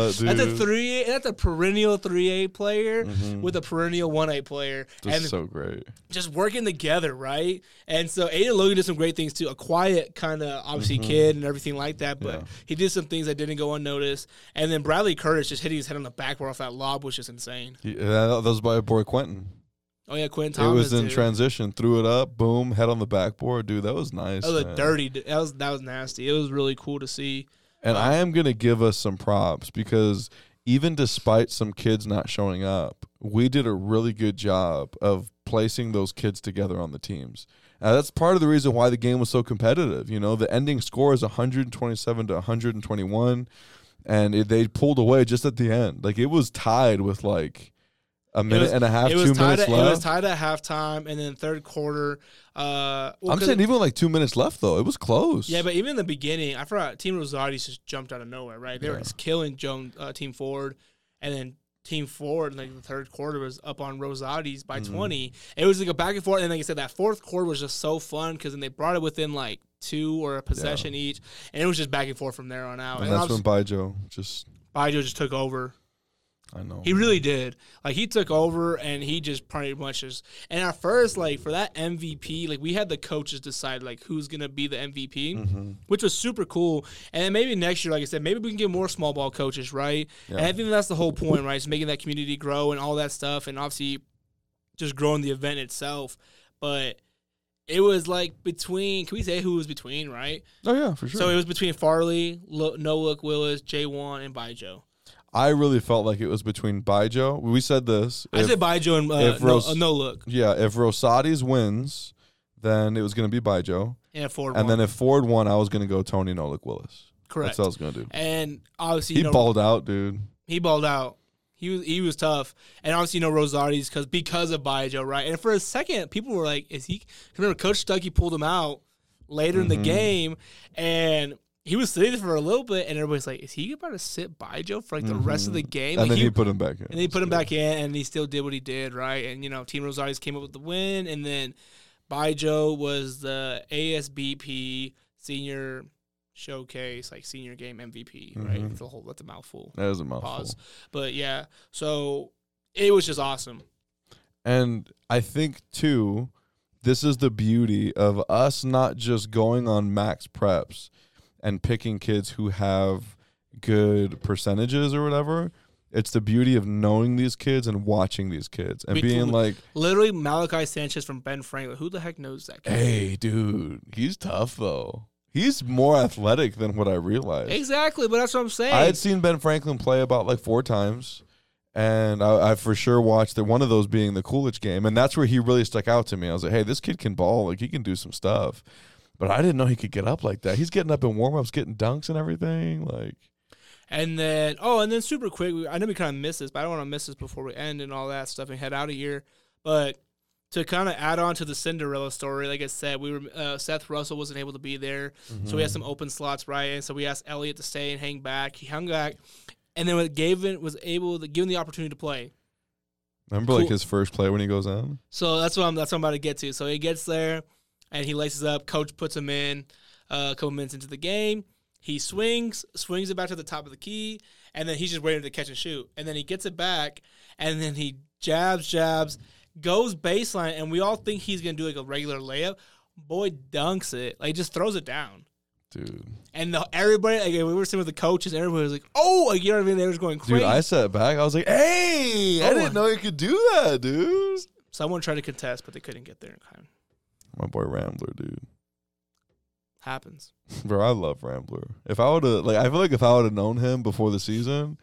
[SPEAKER 1] just love that,
[SPEAKER 2] mean? that's a
[SPEAKER 1] dude?
[SPEAKER 2] three. A That's a perennial three A player
[SPEAKER 1] Mhm.
[SPEAKER 2] with a perennial one A player,
[SPEAKER 1] That's
[SPEAKER 2] and
[SPEAKER 1] so great.
[SPEAKER 2] just working together, right? And so Aiden Logan did some great things too. A quiet kind of obviously kid and everything like that, but
[SPEAKER 1] Mm-hmm. Yeah.
[SPEAKER 2] he did some things that didn't go unnoticed. And then Bradley Curtis just hitting his head on the backboard off that lob was just insane.
[SPEAKER 1] He, that, that was by boy Quentin.
[SPEAKER 2] Oh yeah, Quinn Thomas.
[SPEAKER 1] it was in
[SPEAKER 2] dude.
[SPEAKER 1] transition. Threw it up. Boom. Head on the backboard. Dude, that was nice.
[SPEAKER 2] That was a
[SPEAKER 1] man.
[SPEAKER 2] dirty. That was that was nasty. It was really cool to see.
[SPEAKER 1] And I am gonna give us some props because even despite some kids not showing up, we did a really good job of placing those kids together on the teams. Uh, that's part of the reason why the game was so competitive. You know, the ending score is 127 to 121, and it, they pulled away just at the end. Like it was tied with like a minute
[SPEAKER 2] was-
[SPEAKER 1] and a half,
[SPEAKER 2] It
[SPEAKER 1] two minutes
[SPEAKER 2] was tied. At,
[SPEAKER 1] left.
[SPEAKER 2] it was tied at halftime, and then third quarter. Uh, well,
[SPEAKER 1] I'm
[SPEAKER 2] 'cause-
[SPEAKER 1] saying even with like two minutes left though, it was close.
[SPEAKER 2] Yeah, but even in the beginning, I forgot Team Rosati's just jumped out of nowhere, right? They were
[SPEAKER 1] Yeah.
[SPEAKER 2] just killing Joan, uh, Team Ford, and then Team Ford, like the third quarter, was up on Rosati's by
[SPEAKER 1] Mm-hmm.
[SPEAKER 2] 20. It was like a back and forth. And like I said, that fourth quarter was just so fun because then they brought it within like two or a possession each, and it was just back and forth from there on out.
[SPEAKER 1] and
[SPEAKER 2] And,
[SPEAKER 1] that's when
[SPEAKER 2] obviously,
[SPEAKER 1] Baijo just
[SPEAKER 2] Baggio just took over.
[SPEAKER 1] I know
[SPEAKER 2] He really did. Like he took over and he just pretty much just and at first like for that MVP, like we had the coaches decide like who's gonna be the MVP,
[SPEAKER 1] Mm-hmm.
[SPEAKER 2] which was super cool. And then maybe next year, like I said, maybe we can get more small ball coaches, right? And I think that's the whole point, right? It's making that community grow and all that stuff, and obviously just growing the event itself. But it was like between. Can we say who it was between, right?
[SPEAKER 1] Oh yeah, for sure.
[SPEAKER 2] So it was between Farley, Lo- Noah Willis, J One, and Bijo.
[SPEAKER 1] I really felt like it was between Baijo. We said this.
[SPEAKER 2] I
[SPEAKER 1] if-
[SPEAKER 2] said Bijo and uh,
[SPEAKER 1] if
[SPEAKER 2] no,
[SPEAKER 1] Rose-
[SPEAKER 2] uh, no look.
[SPEAKER 1] yeah, if Rosati's wins, then it was going to be Baijo.
[SPEAKER 2] And Ford
[SPEAKER 1] And
[SPEAKER 2] won.
[SPEAKER 1] then if Ford won, I was going to go Tony Nolik Willis. That's
[SPEAKER 2] Correct.
[SPEAKER 1] what I was going to do.
[SPEAKER 2] and obviously,
[SPEAKER 1] He
[SPEAKER 2] you know,
[SPEAKER 1] balled out, dude.
[SPEAKER 2] he balled out. He was he was tough, and obviously, you know, Rosati's because because of Baggio, right? And for a second, people were like, "Is he?" 'cause Remember, Coach Stuckey pulled him out later in the game, and he was sitting there for a little bit, and everybody's like, "Is he about to sit Baggio for like the rest of the game?"
[SPEAKER 1] And
[SPEAKER 2] Like,
[SPEAKER 1] then he, put him back in.
[SPEAKER 2] and they put him back in, and he still did what he did, right? And you know, Team Rosales came up with the win, and then Bijo was the ASBP Senior Showcase, like Senior Game MVP, right?
[SPEAKER 1] Mhm.
[SPEAKER 2] It's a whole that's a mouthful.
[SPEAKER 1] That was a mouthful.
[SPEAKER 2] Pause, but yeah, so it was just awesome.
[SPEAKER 1] And I think too, this is the beauty of us not just going on max preps and picking kids who have good percentages or whatever. It's the beauty of knowing these kids and watching these kids and
[SPEAKER 2] We-
[SPEAKER 1] being like,
[SPEAKER 2] Literally, Malachi Sanchez from Ben Franklin. Who the heck knows that? Kid?
[SPEAKER 1] "Hey, dude, he's tough though. He's more athletic than what I realized."
[SPEAKER 2] Exactly, but that's what I'm saying.
[SPEAKER 1] I had seen Ben Franklin play about like four times, and I, I for sure watched that one of those being the Coolidge game, and that's where he really stuck out to me. I was like, hey, this kid can ball, like he can do some stuff, but I didn't know he could get up like that. He's getting up in warm ups, getting dunks and everything. Like,
[SPEAKER 2] And then, oh, and then super quick, we- I know we kind of missed this, but I don't want to miss this before we end and all that stuff and head out of here. But to kind of add on to the Cinderella story, like I said, we were uh, Seth Russell wasn't able to be there, so we had some open slots, right? And so we asked Elliot to stay and hang back. He hung back, and then when Gavin was able to given the opportunity to play.
[SPEAKER 1] remember like
[SPEAKER 2] Cool.
[SPEAKER 1] his first play when he goes in?
[SPEAKER 2] So that's what I'm that's what I'm about to get to. So he gets there. and he laces up. Coach puts him in uh, a couple minutes into the game. He swings, swings it back to the top of the key, and then he's just waiting to catch and shoot. And then he gets it back, and then he jabs, jabs, goes baseline, and we all think he's gonna do like a regular layup. Boy dunks it, like just throws it down.
[SPEAKER 1] dude.
[SPEAKER 2] And the, everybody, like, we were sitting with the coaches, and everybody was like, "Oh, like, you know what I mean?" They were just going
[SPEAKER 1] Dude,
[SPEAKER 2] crazy.
[SPEAKER 1] I sat back. I was like, "Hey, I
[SPEAKER 2] Oh,
[SPEAKER 1] didn't
[SPEAKER 2] I-
[SPEAKER 1] know you could do that, dude."
[SPEAKER 2] Someone tried to contest, but they couldn't get there in time.
[SPEAKER 1] My boy Rambler, dude.
[SPEAKER 2] Happens.
[SPEAKER 1] Bro, I love Rambler. If I would have, like, I feel like if I would have known him before the season,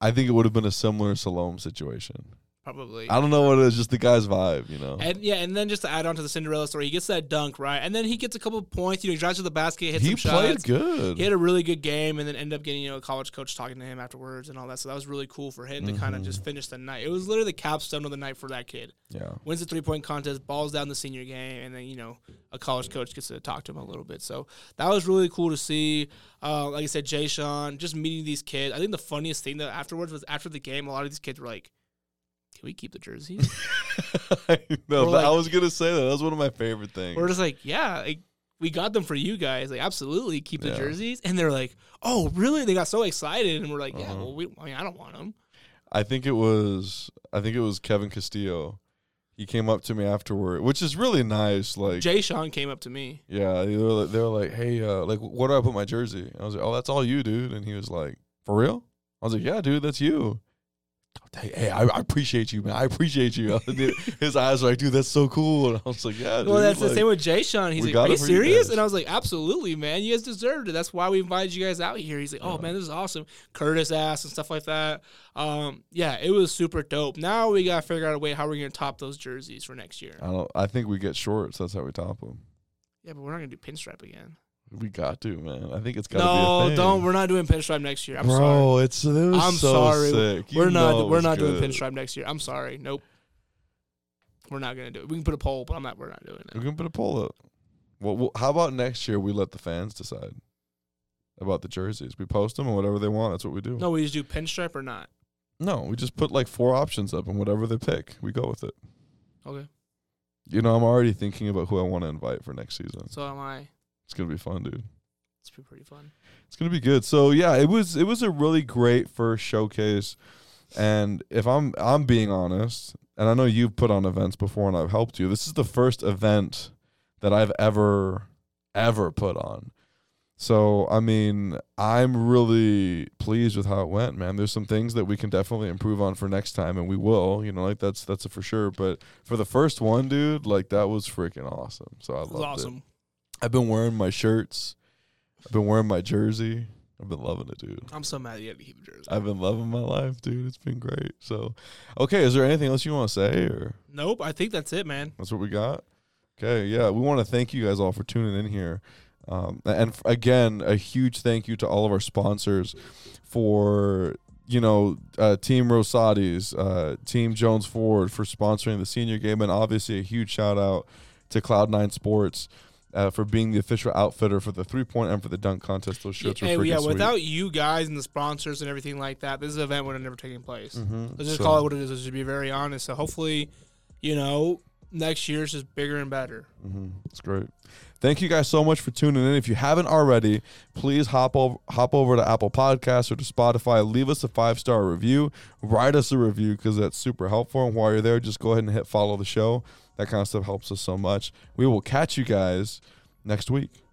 [SPEAKER 1] I think it would have been a similar Salome situation.
[SPEAKER 2] Probably.
[SPEAKER 1] I don't know what it is, just the guy's vibe, you know.
[SPEAKER 2] And yeah, and then just to add on to the Cinderella story, he gets that dunk right, and then he gets a couple of points. You know, he drives to the basket, hits
[SPEAKER 1] He
[SPEAKER 2] some
[SPEAKER 1] played
[SPEAKER 2] shots.
[SPEAKER 1] good.
[SPEAKER 2] He had a really good game, and then ended up getting you know a college coach talking to him afterwards and all that. So that was really cool for him to kind of
[SPEAKER 1] Mhm.
[SPEAKER 2] just finish the night. It was literally the capstone of the night for that kid. [laughs]
[SPEAKER 1] yeah, [laughs]
[SPEAKER 2] Wins the three point contest, balls down the senior game, and then you know a college coach gets to talk to him a little bit. So that was really cool to see. Uh, like I said, Jay Sean just meeting these kids. I think the funniest thing that afterwards was after the game, a lot of these kids were like, "Can we keep the jerseys?"
[SPEAKER 1] I know,
[SPEAKER 2] We're
[SPEAKER 1] but I
[SPEAKER 2] like-
[SPEAKER 1] was gonna say that. That was one of my favorite things.
[SPEAKER 2] We're just like, yeah, like, we got them for you guys. Like, absolutely keep the
[SPEAKER 1] Yeah.
[SPEAKER 2] jerseys. And they're like, oh, really? They got so excited, and we're like, yeah,
[SPEAKER 1] Uh-huh.
[SPEAKER 2] well, we, I, mean, I don't want them.
[SPEAKER 1] I think it was. I think it was Kevin Castillo. He came up to me afterward, which is really nice. Like,
[SPEAKER 2] Jay Sean came up to me.
[SPEAKER 1] yeah, they were, they were like, "Hey, uh, like, where do I put my jersey?" I was like, "Oh, that's all you, dude." And he was like, "For real?" I was like, "Yeah, dude, that's you." Hey, hey, I, I appreciate you, man. I appreciate you. [laughs] Dude, His eyes were like, "Dude, that's so cool." And I was like, "Yeah."
[SPEAKER 2] Well,
[SPEAKER 1] dude,
[SPEAKER 2] that's the
[SPEAKER 1] like-
[SPEAKER 2] same with Jay Sean. He's
[SPEAKER 1] we
[SPEAKER 2] like,
[SPEAKER 1] got
[SPEAKER 2] are you
[SPEAKER 1] it for you
[SPEAKER 2] serious?
[SPEAKER 1] guys.
[SPEAKER 2] and I was like, absolutely, man. You guys deserved it. That's why we invited you guys out here. He's like, oh,
[SPEAKER 1] Yeah.
[SPEAKER 2] man, this is awesome. Curtis ass and stuff like that. Um, yeah, it was super dope. Now we got to figure out a way how we're going to top those jerseys for next year.
[SPEAKER 1] I don't. I think we get shorts. That's how we top them.
[SPEAKER 2] Yeah, but we're not going to do pinstripe again.
[SPEAKER 1] We got to, man. I think it's got to be a
[SPEAKER 2] No,
[SPEAKER 1] thing.
[SPEAKER 2] don't. We're not doing pinstripe next year. I'm
[SPEAKER 1] Bro,
[SPEAKER 2] sorry.
[SPEAKER 1] it's it was
[SPEAKER 2] I'm
[SPEAKER 1] so
[SPEAKER 2] sorry.
[SPEAKER 1] sick. You
[SPEAKER 2] we're
[SPEAKER 1] know
[SPEAKER 2] not
[SPEAKER 1] it
[SPEAKER 2] we're
[SPEAKER 1] was
[SPEAKER 2] not doing
[SPEAKER 1] good.
[SPEAKER 2] pinstripe next year. I'm sorry. Nope. We're not gonna do it. We can put a poll, but I'm not. We're not doing
[SPEAKER 1] We
[SPEAKER 2] it.
[SPEAKER 1] can put a poll up. Well, well, how about next year we let the fans decide about the jerseys? We post them and whatever they want, that's what we do.
[SPEAKER 2] No, we just do pinstripe or not.
[SPEAKER 1] No, we just put like four options up and whatever they pick, we go with it.
[SPEAKER 2] Okay.
[SPEAKER 1] You know, I'm already thinking about who I want to invite for next season.
[SPEAKER 2] So am I.
[SPEAKER 1] It's gonna be fun, dude.
[SPEAKER 2] It's been pretty fun.
[SPEAKER 1] It's gonna be good. So yeah, it was it was a really great first showcase. And if I'm I'm being honest, and I know you've put on events before and I've helped you, this is the first event that I've ever ever put on. So I mean, I'm really pleased with how it went, man. There's some things that we can definitely improve on for next time and we will, you know, like that's that's a for sure. But for the first one, dude, like that was freaking awesome. So I
[SPEAKER 2] It
[SPEAKER 1] loved
[SPEAKER 2] was
[SPEAKER 1] it.
[SPEAKER 2] awesome.
[SPEAKER 1] I've been wearing my shirts. I've been wearing my jersey. I've been loving it, dude.
[SPEAKER 2] I'm so mad you had to keep a jersey.
[SPEAKER 1] I've been loving my life, dude. It's been great. So, okay, is there anything else you want to say, or
[SPEAKER 2] nope. I think that's it, man.
[SPEAKER 1] that's what we got? Okay, yeah, we want to thank you guys all for tuning in here. Um, and f- again, a huge thank you to all of our sponsors for you know uh, Team Rosati's, uh, Team Jones Ford for sponsoring the senior game, and obviously a huge shout out to Cloud Nine Sports uh, for being the official outfitter for the three point and for the dunk contest. Those shirts
[SPEAKER 2] Yeah, hey,
[SPEAKER 1] were freaking
[SPEAKER 2] yeah.
[SPEAKER 1] sweet.
[SPEAKER 2] Without you guys and the sponsors and everything like that, this event would have never taken place.
[SPEAKER 1] Mhm.
[SPEAKER 2] Let's just
[SPEAKER 1] So-
[SPEAKER 2] call it what it is. To be very honest, so hopefully, you know, next year's just bigger and better.
[SPEAKER 1] Mm-hmm. It's great. Thank you guys so much for tuning in. If you haven't already, please hop over, hop over to Apple Podcasts or to Spotify. Leave us a five star review. Write us a review because that's super helpful. And while you're there, just go ahead and hit follow the show. That kind of stuff helps us so much. We will catch you guys next week.